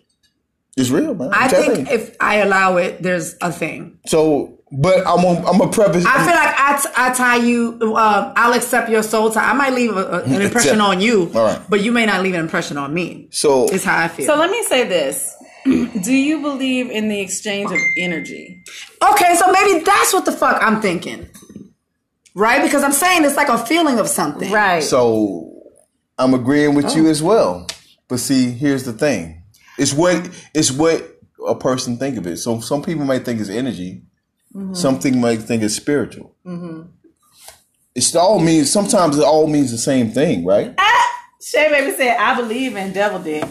It's real, man.
I
I'm telling
think
you.
if I allow it, there's a thing.
so But I'm gonna I'm a preface.
I feel like I, t- I tie you. Uh, I'll accept your soul tie. I might leave a, a- an impression on you,
All right.
but you may not leave an impression on me.
so
It's how I feel.
So let me say this. Do you believe in the exchange of energy?
okay, so maybe that's what the fuck I'm thinking, right? Because I'm saying it's like a feeling of something,
Right.
So I'm agreeing with
Oh.
you as well. But see, here's the thing. It's what it's what a person think of it. So some people might think it's energy.
Mm-hmm.
Some people might think it's spiritual. It's all means sometimes it all means the same thing, right?
Shay Baby said, I believe in devil dick.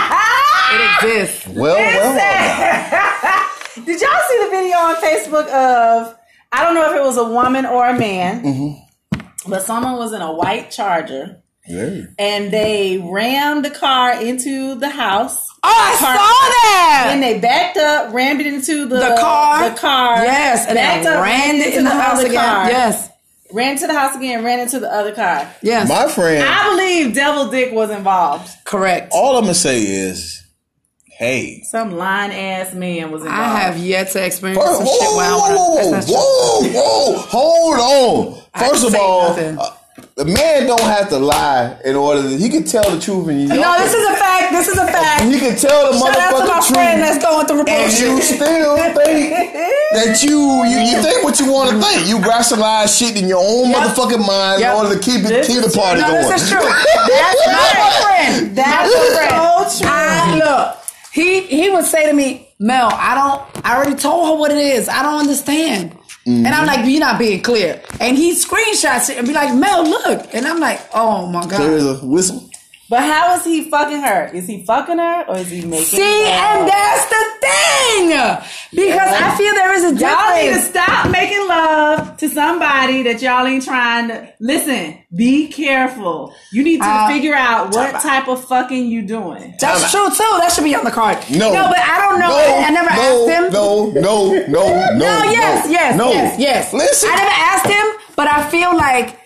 It exists.
Well, well, well.
Did y'all see the video on Facebook of I don't know if it was a woman or a man,
Mm-hmm.
but someone was in a white charger
Yeah.
and they rammed the car into the house.
Oh, I saw that.
And they backed up, rammed it into the,
the car,
The car.
yes, and
backed
then
up,
ran
rammed
it in the, house
other
again. Yes,
Ran to the house again, ran into the other car.
yes,
My friend,
I believe Devil Dick was involved.
correct.
all I'm gonna say is, hey,
Some lying ass man was involved.
I have yet to experience
First-
some
whoa,
shit
whoa,
where I
whoa,
wanna-
whoa,
that's not true.
whoa, whoa, hold on.
I
First
didn't
of
say
all,
nothing.
uh, the man don't have to lie in order to, he can tell the truth and you
No, this is a fact. This is a fact.
you can tell the
Shout out to my
motherfucking
friend
truth
that's going through
and you
bullshit.
still think that you, you you think what you want to think. You rationalize shit in your own motherfucking mind
Yep.
in order to keep it,
This
keep the
is-
party
No,
going.
this is true. That's my friend.
That's so true.
I look. He he would say to me, Mel, I don't. I already told her what it is. I don't understand. And
Mm-hmm.
I'm like, you're not being clear. And he screenshots it and be like, Mel, look. And I'm like, oh my
There
god.
is a whistle.
But how is he fucking her? Is he fucking her or is he making?
See,
love?
and that's the thing. Because I feel there is a
y'all need to
difference.
stop making love to somebody that y'all ain't trying to listen. Be careful. You need to
Uh,
figure out what type of fucking you doing.
That's true too. That should be on the card.
No,
no, but I don't know.
No,
I, I never
no,
asked him.
No, no, no, no, no.
No, yes, yes,
no.
yes, yes.
Listen,
I never asked him, but I feel like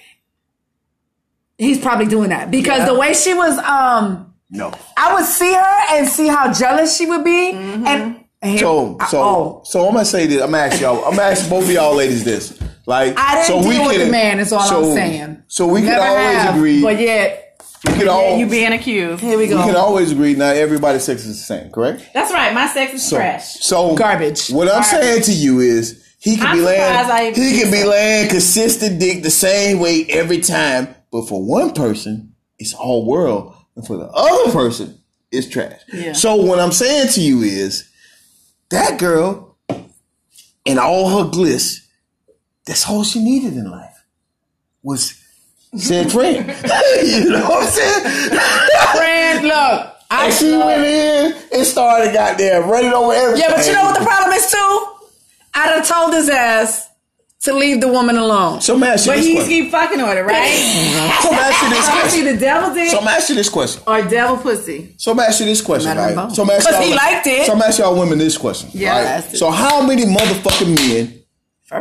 he's probably doing that because the way she was, um,
no.
I would see her and see how jealous she would be, and, and
Mm-hmm. So,
I-
so,
oh,
so I'm gonna say this. I'm gonna ask y'all. I'm gonna ask both of y'all ladies this. Like,
I didn't
so we
deal with
could-
the man. Is all
so-
I'm saying.
So we can
Never
always
have,
agree.
but yet
we could all
You being accused.
here we
we can
go.
always agree. Not everybody's sex is the same, correct?
That's right. My sex is trash.
So
Garbage.
What I'm
Garbage.
saying to you is he can
I'm
be
surprised I
laying
even
he
said
can be laying consistent dick the same way every time, but for one person it's all world, and for the other person it's trash.
Yeah.
So what I'm saying to you is that girl and all her gliss, that's all she needed in life was said friend. you know what I'm saying?
Friend, look, I
And she went in and started goddamn running over everything.
yeah, but you know what the problem is too? I'd have told his ass to leave the woman alone.
So man,
But he keep fucking with her, right?
So I'm asking this
so it's
question.
either devil dick
So I'm asking this question.
or devil pussy.
So I'm asking this question,
Madam
right?
Bo.
So I'm asking
'Cause
y'all-
he liked it.
So I'm asking y'all women this question.
Yeah, I
right?
asked it.
So how many motherfucking men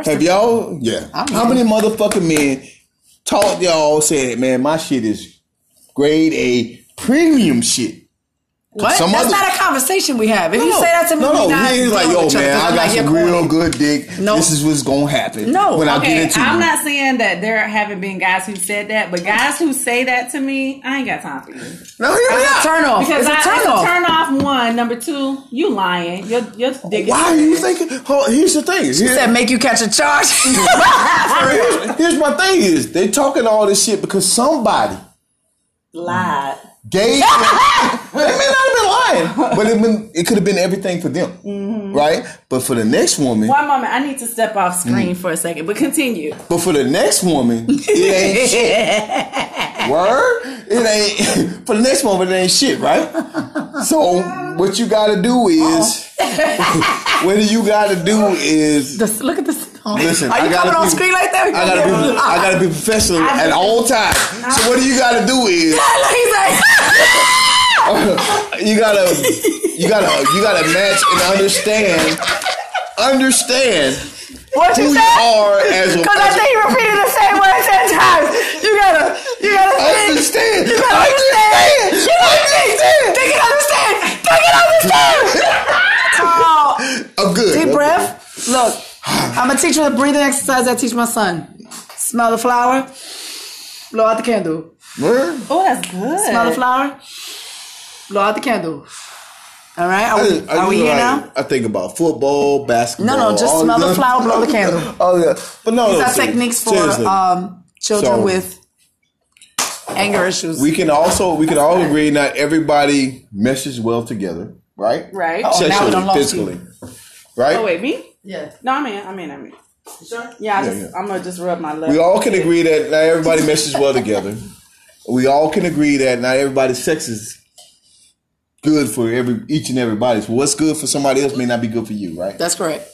have y'all? Yeah. how many motherfucking men taught y'all said, man, my shit is grade A premium shit.
What?
Some
That's
other-
not a conversation we have. If you say that to me,
no,
we
no,
not
he ain't like,
dealing
yo,
with each other,
man,
'cause
I
I'm
got
like,
some
you're
real
corny.
good dick.
No.
This is what's gonna happen.
No,
when I get
Okay,
into
I'm
you.
not saying that there haven't been guys who said that, but guys who say that to me, I ain't got time for you.
No, hear me
It's a
out.
turn off.
Because
Oh, It's a
I,
turn
it's a
off.
turn off. One number two, you lying. Your your dick. is-
Why are you thinking? Hold, here's the thing. Here-
That make you catch a charge.
here's, here's my thing is they talking all this shit because somebody
lied.
gave them, they may not have been lying, but it, been, it could have been everything for them,
Mm-hmm.
right? But for the next woman,
One moment, I need to step off screen for a second, but continue.
but for the next woman, it ain't shit. Word, it ain't for the next woman. It ain't shit, right? So what you got to do is,
Uh-huh.
what you got to do is
Just look at this.
Listen,
are
I
you
gotta
coming on
be-
screen like that?
I gotta be I gotta be professional at all times. So what do you gotta do
He's
is
like,
you gotta you gotta you gotta match and understand understand
what
who
you
you
said?
are as a
Because I think he repeated the same word ten times. You gotta, you gotta think.
understand.
You gotta understand. You gotta think. Think and understand. Think and understand. Carl,
I'm good.
deep breath. Look, I'm gonna teach you the breathing exercise I teach my son. Smell the flower, blow out the candle.
Oh, that's good.
Smell the flower, blow out the candle. All right, are,
I
we,
just- I
are we
just
here
like-
now?
I think about football, basketball.
No, no, just
all
smell the
them.
flower, blow the candle.
Oh yeah, but no,
These
no,
are
seriously,
techniques for
seriously.
um, children
So-
with anger issues.
we can also we can all agree not everybody meshes well together, right?
Right.
Oh, now we
Sexually,
done lost
physically, right?
Oh wait, me?
Yeah.
No, I mean, I mean, I mean.
Sure.
Yeah, I
Yeah,
just,
yeah.
I'm gonna just rub my left.
We all can agree that not everybody meshes well together. We all can agree that not everybody's sex is good for every each and everybody's. What's good for somebody else may not be good for you, right?
That's correct.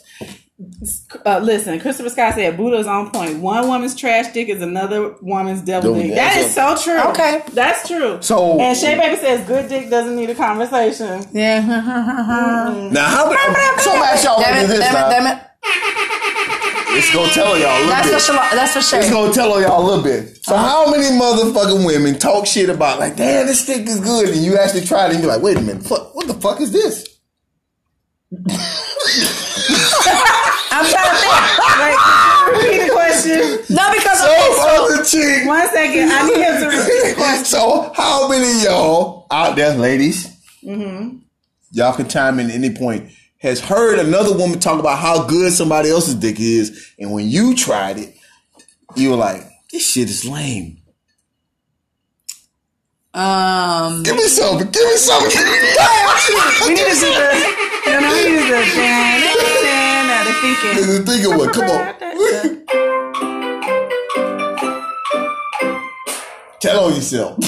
Uh, listen, Christopher Scott said Buddha is on point. One woman's trash dick is another woman's devil
Devil
dick.
dick.
That is so true.
Okay.
that's true.
So-
and Shay Baby says good dick doesn't need a conversation.
Yeah.
Now, how many? So ask y'all
damn
what
it,
this
damn it,
time.
damn it.
It's gonna tell y'all a little
That's Uh-huh. for
bit.
Shala- that's for
It's
Shay.
gonna tell on y'all a little bit. So how many motherfucking women talk shit about like, damn, this stick is good, and you actually try it and you're like, wait a minute, fuck, what the fuck is this?
I'm trying to think. Wait, can you repeat the question.
No, because
So other chick.
One second, I need him to repeat the question.
so how many of y'all out there, ladies? Y'all can chime in at any point. Has heard another woman talk about how good somebody else's dick is, and when you tried it, you were like, this shit is lame.
um,
Give me something. Give me something. Give me
We need to do the, no, no, we need to do the dan, dan, dan, the thinking.
something. Think of what? Come on. Tell on yourself.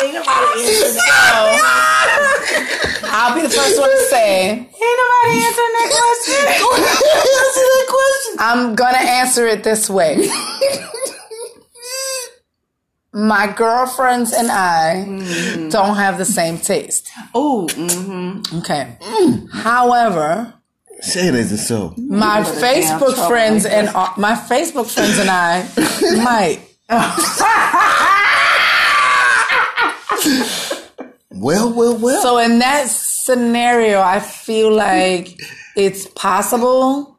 Ain't nobody answering that.
I'll be the first one to say
Ain't nobody answering that question.
I'm gonna answer it this way. My girlfriends and I
Mm.
don't have the same taste.
Oh, mm-hmm.
Okay.
Mm.
However,
Say it isn't so.
my
damn trouble
Facebook
like
friends and uh, my Facebook friends and I might.
Well, well, well.
So in that scenario, I feel like it's possible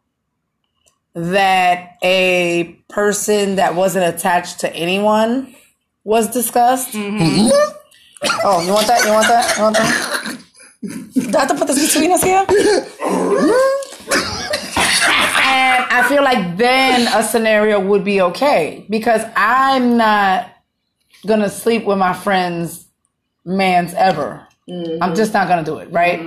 that a person that wasn't attached to anyone was discussed.
Mm-hmm.
Oh, you want that? You want that? You want that? Do I have to put this between us here? and I feel like then a scenario would be okay because I'm not gonna sleep with my friends man's ever. I'm just not gonna do it, right?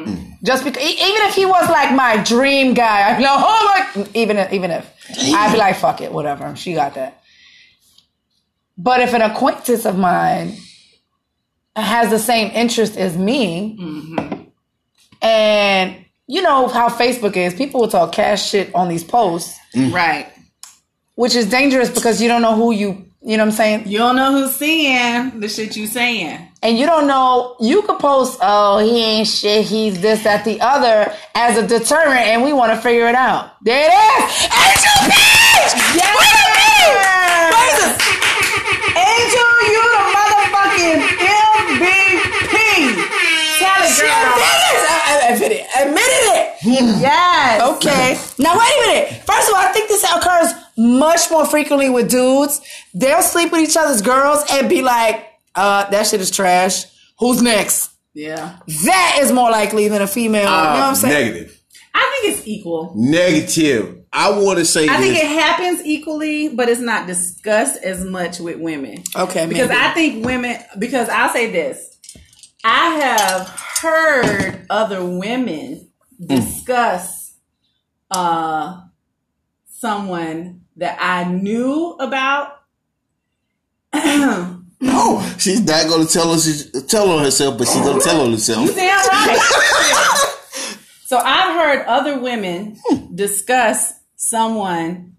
Just because, even if he was like my dream guy, I'd be like, oh my, even if, even if, I'd be like, fuck it, whatever. She got that. But if an acquaintance of mine has the same interest as me, and you know how Facebook is, people will talk cash shit on these posts,
mm. right.
which is dangerous because you don't know who you, you know what I'm saying?
You don't know who's seeing the shit you saying.
and you don't know, you could post, oh, he ain't shit, he's this, that, the other, as a deterrent, and we want to figure it out. There it is. Angel Page! Yes!
Angel, you the motherfucking MVP. Tell it, girl.
I admitted it. Admitted it.
Yes.
Okay. Now wait a minute. First of all, I think this occurs much more frequently with dudes. They'll sleep with each other's girls and be like, uh, that shit is trash. Who's next?
Yeah.
That is more likely than a female. you know what
Uh,
I'm saying?
Negative.
I think it's equal.
Negative. I want to say
I
this.
think it happens equally, but it's not discussed as much with women.
Okay,
Because
maybe.
I think women, because I'll say this I have heard other women
Mm.
discuss uh, someone that I knew about.
oh, she's not going to tell us. she's- Tell on herself, but she's going to tell on herself.
Damn right. so I've heard other women discuss someone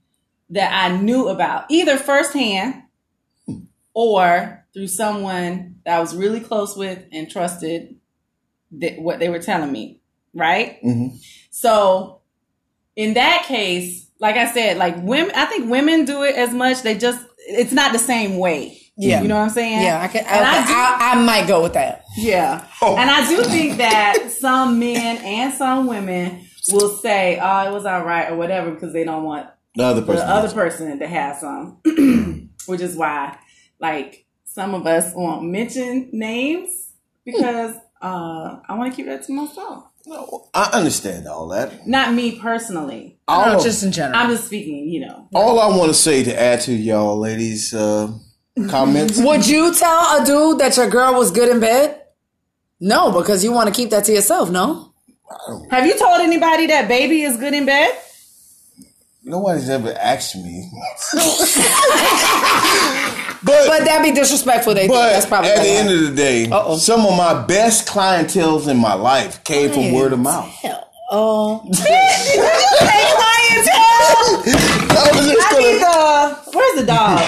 that I knew about, either firsthand or through someone that I was really close with and trusted that what they were telling me, right? So in that case, like I said, like women, I think women do it as much. They just, it's not the same way.
Yeah.
You know what I'm saying?
Yeah, I can. I,
And I do-
I, I might go with that.
Yeah. And I do think that some men and some women will say, "Oh, it was all right" or whatever, because they don't want
The other person.
the other person to have some, which is why, like, some of us won't mention names because uh, I want to keep that to myself.
I understand all that.
Not me personally.
All,
No, just in general.
Oh. I'm just speaking, you know.
all I want to say to add to y'all ladies' uh, comments.
Would you tell a dude that your girl was good in bed? No, because you want to keep that to yourself. No.
Have you told anybody that baby is good in bed?
Nobody's ever asked me.
But that'd be disrespectful. They think
But
that's probably
at the end of the day, some of my best clientels in my life came from word of mouth.
Oh,
I was just
I need the where's the dog?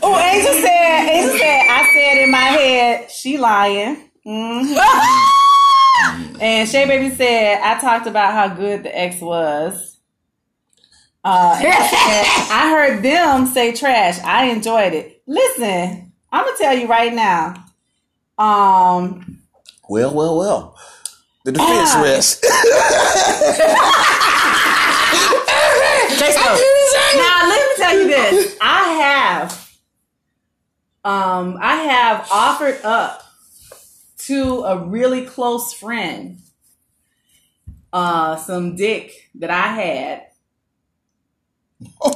oh, Angel said, Angel said, I said in my head, she lying. Mhm. and Shay Baby said, I talked about how good the ex was. Uh, and she said, I heard them say trash. I enjoyed it. Listen, I'm gonna tell you right now. Um,
Well, well, well. The defense
Ah.
rests.
now let me tell you this. I have um I have offered up to a really close friend uh some dick that I had.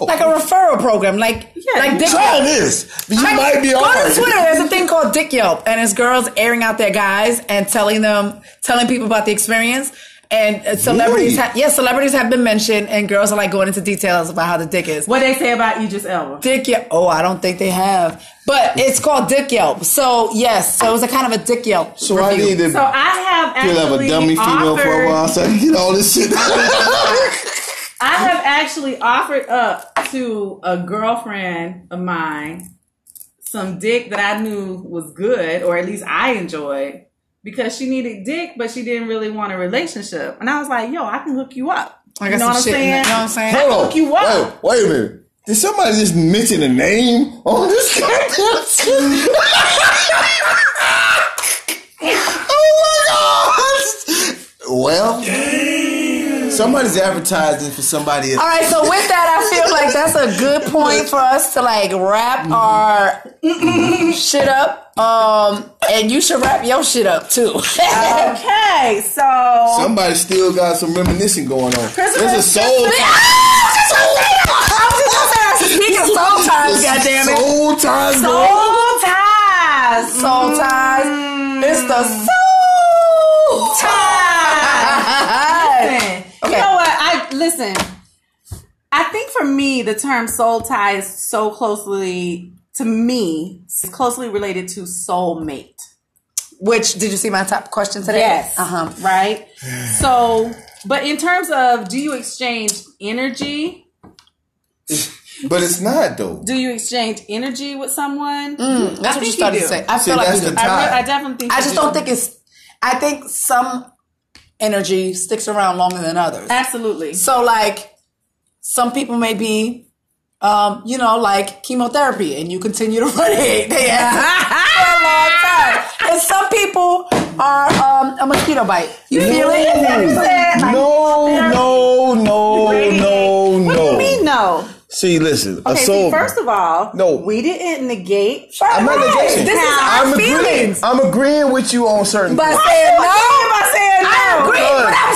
like a referral program, like
Yeah,
like
you
Dick
Oh, Try
Yelp.
this. You
Like,
might be
go
all
to Twitter. There's a thing called Dick Yelp, and it's girls airing out their guys and telling them, telling people about the experience. And uh, celebrities,
Really?
ha- yes, celebrities have been mentioned, and girls are like going into details about how the dick is.
What they say about Idris Elba.
Dick Yelp. Oh, I don't think they have, but it's called Dick Yelp. So yes, so it was a kind of a Dick Yelp.
So I need to
So I have
kill up
actually
a dummy female
offered,
for a while so I can get all this shit
I have actually offered up to a girlfriend of mine some dick that I knew was good, or at least I enjoyed, because she needed dick, but she didn't really want a relationship. And I was like, yo, I can hook you up.
I
You
got
know
some
what I'm
shit in
saying?
there, you know what I'm saying?
Hold
hook you up.
Wait, wait a minute. Did somebody just mention a name on this goddamn shit? oh my god! Well, somebody's advertising for somebody
All
else.
right, so with that, I feel like that's a good point for us to like wrap
Mm-hmm.
our shit up. Um, and you should wrap your shit up too.
Okay, so
Somebody still got some reminiscing going on. There's a
Christmas-
soul.
Speaking of soul ties, goddamn it.
Soul ties. going-
soul ties.
Soul ties. It's the soul ties.
Listen, You
Okay.
know what? I listen. I think for me, the term soul tie is so closely to me, it's closely related to soulmate.
Which did you see my top question today?
Yes.
Uh huh.
Right? So, but in terms of do you exchange energy?
But it's not though.
Do you exchange energy with someone?
That's
I
what
think
you started
do.
to say. I
See,
feel like
that's
you
the
do.
I, re-
tie.
I definitely think
Mm, I
you
just
do.
don't think it's. I think some energy sticks around longer than others.
Absolutely.
So like some people may be um, you know, like chemotherapy and you continue to run it They have for a long time. And some people are um, a mosquito bite. You feel it?
No, no, no, Oh, no,
What do you mean
no.
no?
See, listen, a
Okay,
soul.
see, first of all,
No.
we didn't negate.
I'm not negating.
This is our
I'm agreeing.
feelings.
I'm agreeing with you on certain.
By
things.
saying no.
I said
I
no.
agree, but I'm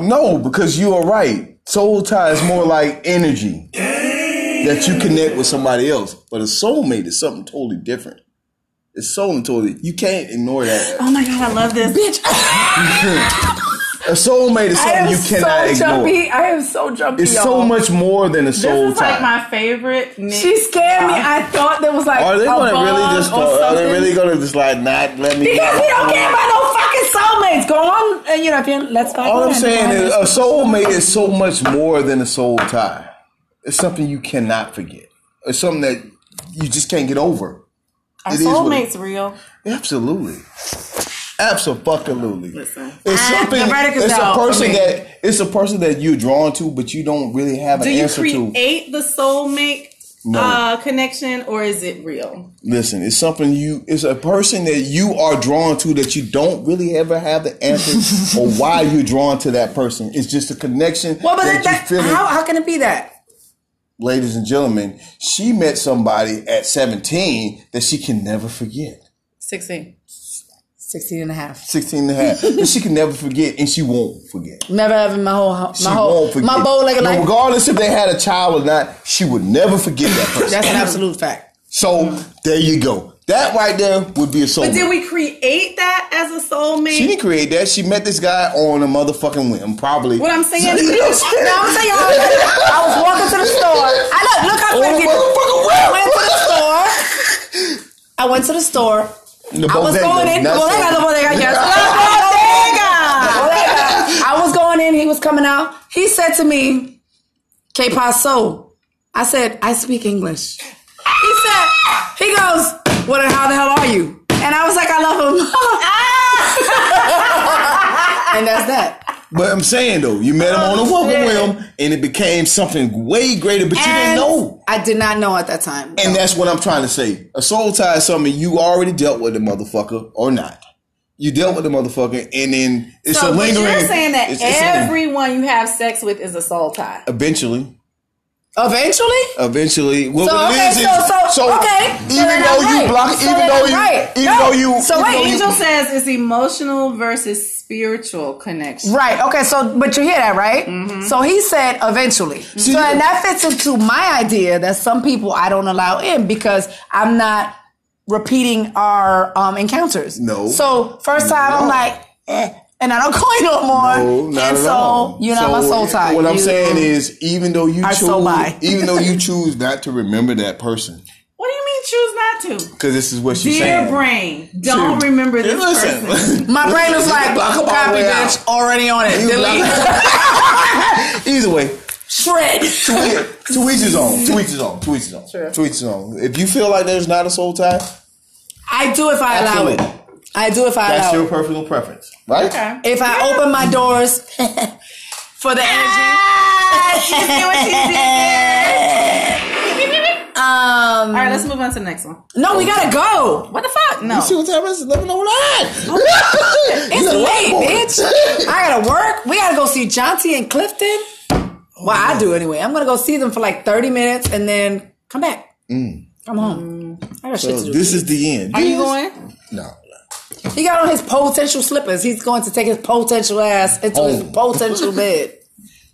saying no.
no, because you are right. Soul tie is more like energy that you connect with somebody else, but a soulmate is something totally different. It's soul and totally. You can't ignore that.
Oh my god, I love this.
A soulmate is something you cannot
so
ignore.
jumpy. I am so jumpy.
It's
y'all.
so much more than a soul
This is
tie.
like my favorite. Nick.
She scared me. I thought there was like
Ah. are they
a
going to really
bug
just?
or
Are they
something.
really going to just like not let me?
Because we don't care about no fucking soulmates. Go on, and you know, if you let's go.
All I'm saying is, uh, a soulmate is so much more than a soul tie. It's something you cannot forget. It's something that you just can't get over.
Our
It is what it-
soulmate's real.
Absolutely, absolutely.
Listen.
It's something.
the verdict is
It's a
out for
person
me.
that it's a person that you're drawn to, but you don't really have an
Do you
answer to.
create the soulmate uh, connection or is it real?
Listen, it's something you, it's a person that you are drawn to that you don't really ever have the answer or why you're drawn to that person. It's just a connection
Well, but
that,
that, that,
you feel.
how, how can it be that?
Ladies and gentlemen, she met somebody at 17 that she can never forget.
16.
16 and a half.
16 and a half. that she can never forget and she won't forget.
Never ever in my whole, my
She
whole,
won't forget.
my bowl like,
No,
like
regardless if they had a child or not, she would never forget that person.
that's an absolute fact.
so there you go. That right there would be a soulmate.
But did we create that as a soulmate?
She didn't create that. She met this guy on a motherfucking whim, probably.
What I'm saying
You know what I'm
is-
saying?
Now I'm saying, I was, I was walking to the store. I look, look how
On a
quick it
motherfucking
I
whim.
went to the store. I went to the store.
The
I was
bodega,
going in.
not
Bodega,
so-
the bodega, yes. Bodega. I was going in. He was coming out. He said to me, "Que paso?" I said, "I speak English." He said, "He goes, what? the- How the hell are you?" And I was like, "I love him." and that's that.
But I'm saying though, you met him on a fucking whim, and it became something way greater, but you didn't
And
know.
I did not know at that time.
And that's what I'm trying to say. A soul tie is something you already dealt with the motherfucker or not. You dealt with the motherfucker, and then it's
So,
a
but
lingering.
you're saying that
it's- it's a-
everyone you have sex with is a soul tie.
eventually,
Eventually,
eventually. What
So,
it
okay,
is is-
so- so, okay. So
Even
then
though
I'm
you
right.
block,
So
even
then
though
I'm
you,
right.
even
No.
though you,
So
even
wait,
though you-
Angel says it's emotional versus spiritual connection.
Right. Okay. So, but you hear that, right?
Mm-hmm.
So he said eventually. so, and that fits into my idea that some people I don't allow in because I'm not repeating our um, encounters.
No.
So first time I'm
No.
like, eh, and I don't go in no more.
No, not
and
at
so
all.
you're not my
So,
soul type.
What I'm
You-
saying is, even though you
Our
choose,
soul bi.
even though you choose not to remember that person,
What do you mean choose not to?
because this is what she's
Dear
saying.
brain, don't remember this
Listen,
person.
my brain was like,
block 'em all the
copy,
way out.
bitch, already on it. Delete.
either way,
Shred.
to each- to each his own. To each his own. To each his own. To each his own. If you feel like there's not a soul tie,
I do if I allow
Absolutely.
it. I do if I
that's
allow
your
it.
personal preference, right?
Okay.
If I open my doors for the energy.
See what she did there?
Um,
All right, let's move on to the next one.
No, we gotta go.
What the fuck? No.
See what's happening? Let me know when
It's late,
It's
bitch. I gotta work. We gotta go see Jonty and Clifton. Well, I do anyway. I'm gonna go see them for like 30 minutes and then come back. Come home. I got shit to do.
Mm. This is the end.
Are you going?
No.
he got on his potential slippers. He's going to take his potential ass into his
Home.
potential bed.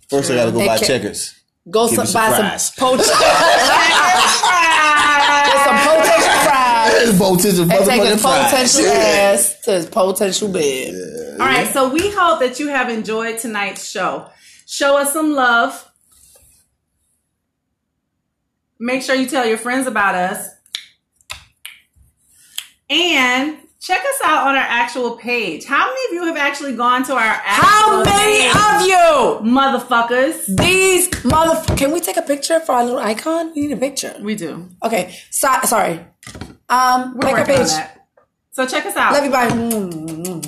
First, I gotta go
They
buy
ca-
checkers.
Go
Give
some,
me some
buy
fries.
some potential. Get some potential fries.
This boat is a
And take
motherfucking
his
prize.
potential
Yeah.
ass to his potential bed.
All right, so we hope that you have enjoyed tonight's show. Show us some love. Make sure you tell your friends about us. And check us out on our actual page. How many of you have actually gone to our actual
How many
page?
of you?
motherfuckers?
These motherf Can we take a picture for our little icon? We need a picture.
We do.
Okay. So, sorry. Um, like
We're
our
working on
page.
that. So check us out.
Love you, bye. Mm, mm,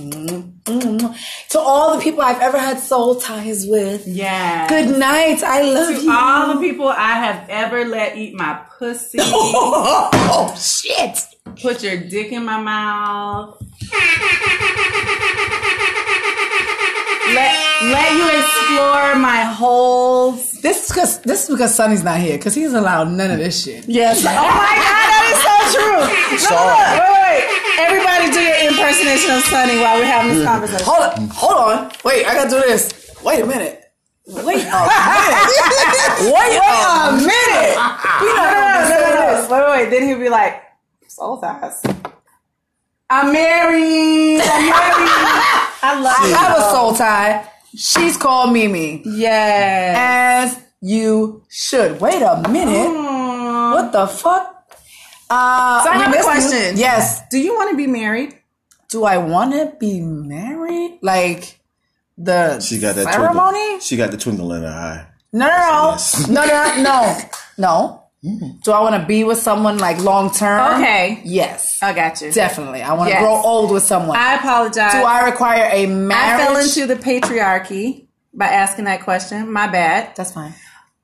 mm. To all the people I've ever had soul ties with.
Yeah.
Good night. I love
to
you.
all the people I have ever let eat my pussy,
oh shit!
put your dick in my mouth, let, let you explore my holes.
This is because this is because Sonny's not here because he doesn't allow none of this shit.
Yes. Oh my god, that is so true. No,
Sorry.
no, wait, wait. Everybody do your impersonation of Sunny while we're having this conversation.
Hold on, hold on. Wait, I gotta do this. Wait a minute. Wait a minute. Wait a minute. We not gonna
no,
say
no,
this.
no. Wait, wait. Then he'd be like, soul ties. I'm married. I'm married. I love
I have a soul tie. She's called Mimi.
Yes.
As you should. Wait a minute. What the fuck? Uh,
So I
we
have a
missed you.
question.
Yes.
Do you want to be married?
Do I want to be married? Like the
She got that
ceremony?
Twinkle. She got the twinkle in her eye.
No, no, no, no, no, no, no.
Mm-hmm.
Do I want to be with someone like long term?
Okay.
Yes, Uh,
I got you.
definitely. I want to
Yes.
grow old with someone.
I apologize.
Do I require a marriage?
I fell into the patriarchy by asking that question. My bad.
That's fine.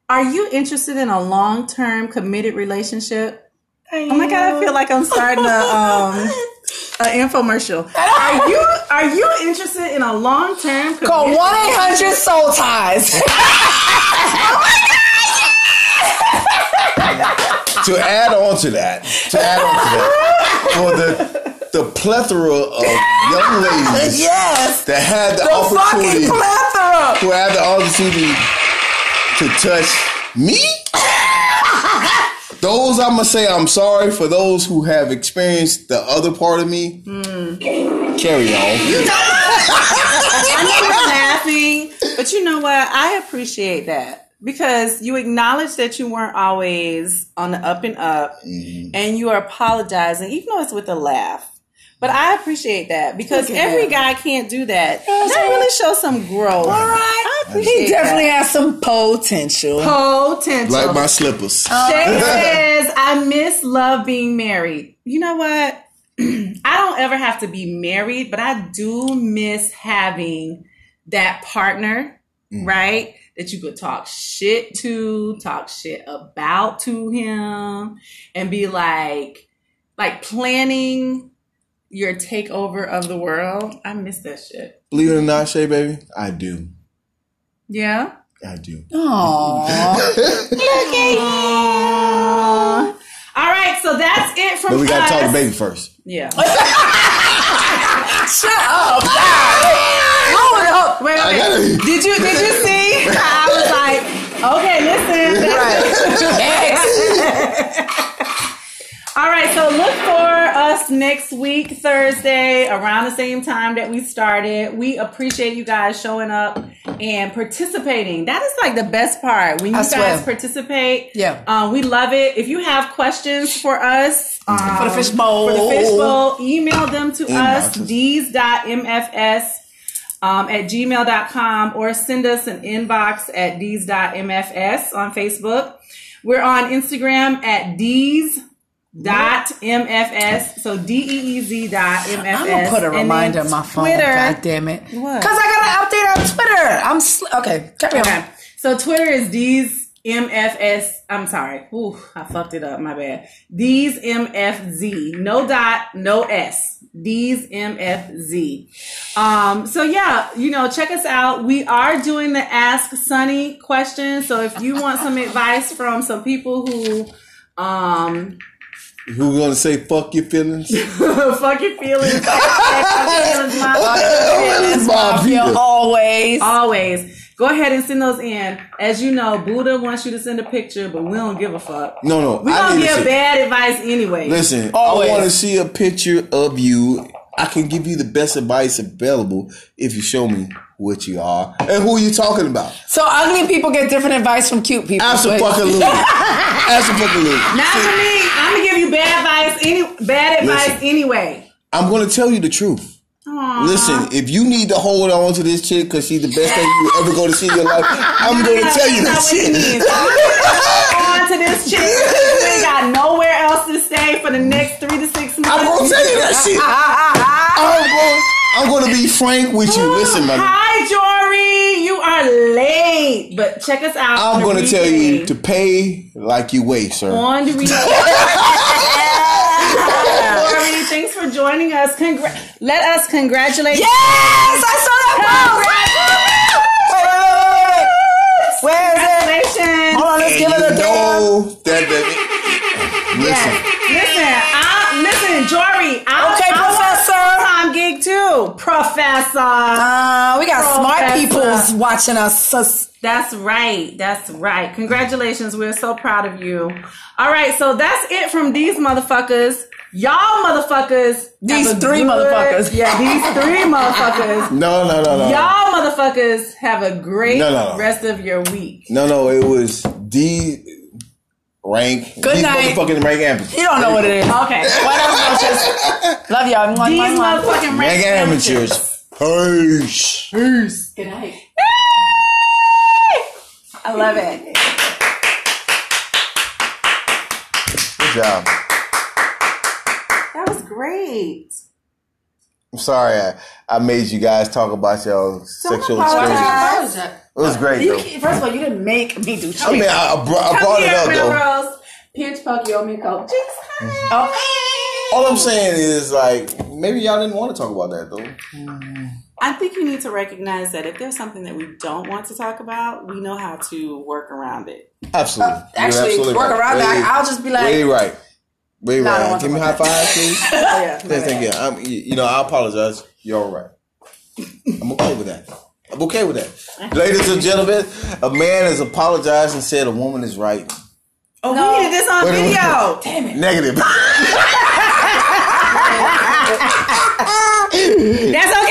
Are you interested in a long term committed relationship? Oh my god, I feel like I'm starting a um an infomercial. Are you are you interested in a long term
Call 1 800 Soul Ties.
to add on to that, to add on to that, for the the plethora of young ladies
yes.
that had the, opportunity,
Fucking plethora.
who had the opportunity to touch me. Those I'm gonna say I'm sorry for those who have experienced the other part of me. Carry on.
I know you're laughing, but you know what? I appreciate that because you acknowledge that you weren't always on the up and up,
Mm-hmm.
and you are apologizing, even though it's with a laugh. But I appreciate that because every guy can't do that. That really shows some growth. All right, I appreciate
He definitely has some potential.
that. potential.
Like my slippers.
Shay says, I miss love being married. You know what? I don't ever have to be married, but I do miss having that partner,
Mm.
right? That you could talk shit to, talk shit about to him, and be like, like planning your takeover of the world. I miss that shit.
Believe it or not, Shay baby, I do.
Yeah.
I do.
Aww.
Aw. All right, so that's it from
But we gotta
us.
talk to baby first.
Yeah.
Shut up. Hold up.
Wait,
I
wait.
gotta
Did you did you see? I was like, okay, listen. All right, so look for us next week, Thursday, around the same time that we started. We appreciate you guys showing up and participating. That is like the best part when you
I
guys
swear.
participate.
Yeah.
um, we love it. If you have questions for us, um,
For the fishbowl.
for the fishbowl, email them to us,
Inboxes.
d's.mfs um, at gmail.com or send us an inbox at d's.mfs on Facebook. We're on Instagram at d's.mfs. So D E E Z dot MFS.
I'm gonna put a
And then
reminder on my phone.
Twitter.
God damn it! Because
What?
I gotta update on Twitter. I'm sl- okay. Carry
Okay.
on.
So Twitter is D's MFS. I'm sorry. Ooh, I fucked it up. My bad. D's MFZ. No dot, no S. D's MFZ. Um, so yeah, you know, check us out. We are doing the Ask Sunny question. So if you want some advice from some people who um
who gonna say fuck your feelings?
fuck your feelings, my feelings, my feelings.
Bob Peter.
Always.
always go ahead and send those in. As you know, Buddha wants you to send a picture, but we don't give a fuck.
No, no.
We
I
gonna
need to
give
see-
bad advice anyway.
Listen,
Always.
I want to see a picture of you. I can give you the best advice available if you show me what you are and who you talking about.
So ugly people get different advice from cute people. But-
Absolutely. Absolutely.
Not for me. I'm gonna give you bad advice any bad advice
Listen.
anyway.
I'm going to tell you the truth. Listen, if you need to hold on to this chick because she's the best thing you ever going to see in your life, I'm going to
No,
tell you
that's
that
not what you mean.
shit.
Hold on to this chick. You ain't got nowhere else to stay for the next three to six months.
I'm going to tell you that shit.
Ah,
I'm going. I'm going to be frank with you. Listen, man.
Hi, Jory. You are late, but check us out.
I'm
on the
going to tell you
replay.
to pay like you weigh, sir.
on the replay. Jory, thanks for joining us. Congra- Let us congratulate.
Yes, I saw that post. Wait, wait, wait, wait, wait. Where is it?
Congratulations.
Hold on, let's give
you
it a damn.
know that, that- listen,
Listen, I, listen, Jory. I,
Okay,
I
Professor.
want a time gig too, Professor.
Uh, we got
Oh,
smart
Professor.
peoples watching us. Sus-
That's right. That's right. Congratulations. We're so proud of you. All right, so that's it from these motherfuckers. Y'all motherfuckers. have
These
a
three motherfuckers.
Yeah, these three motherfuckers.
no, no, no, no, no,
Y'all motherfuckers have a great
No, no, no.
rest of your week.
no, no. It was D rank.
Good
these
night.
motherfucking rank amateurs.
you don't know what it is.
Okay.
Love y'all. Mwah,
These
mwah, mwah.
motherfucking
Rank amateurs. Peace.
Good night.
I love it.
Good job.
That was great.
I'm sorry I, I made you guys talk about y'all sexual experience.
apologize.
It was great
You
though.
can't- first of all, you didn't make me do shit.
I mean, I, I, br- I brought it up though.
Melrose. Pinch punk yo me go. Jinx, hi.
All I'm saying is like maybe y'all didn't want to talk about that though.
I think you need to recognize that if there's something that we don't want to talk about, we know how to work around it.
Absolutely. You're
Uh, Actually,
absolutely
work
right.
around
Way-
that. I'll just be like, oh,
way right. Way
Nah, I don't
right.
want
Give
to
me a high
talk about
five, please.
Yeah.
Thank thank you. I'm, you you know, I apologize. You're all right. I'm okay with that. I'm okay with that. Ladies and gentlemen, a man has apologized and said a woman is right.
Oh, we did this on
Wait a minute.
video.
Negative.
That's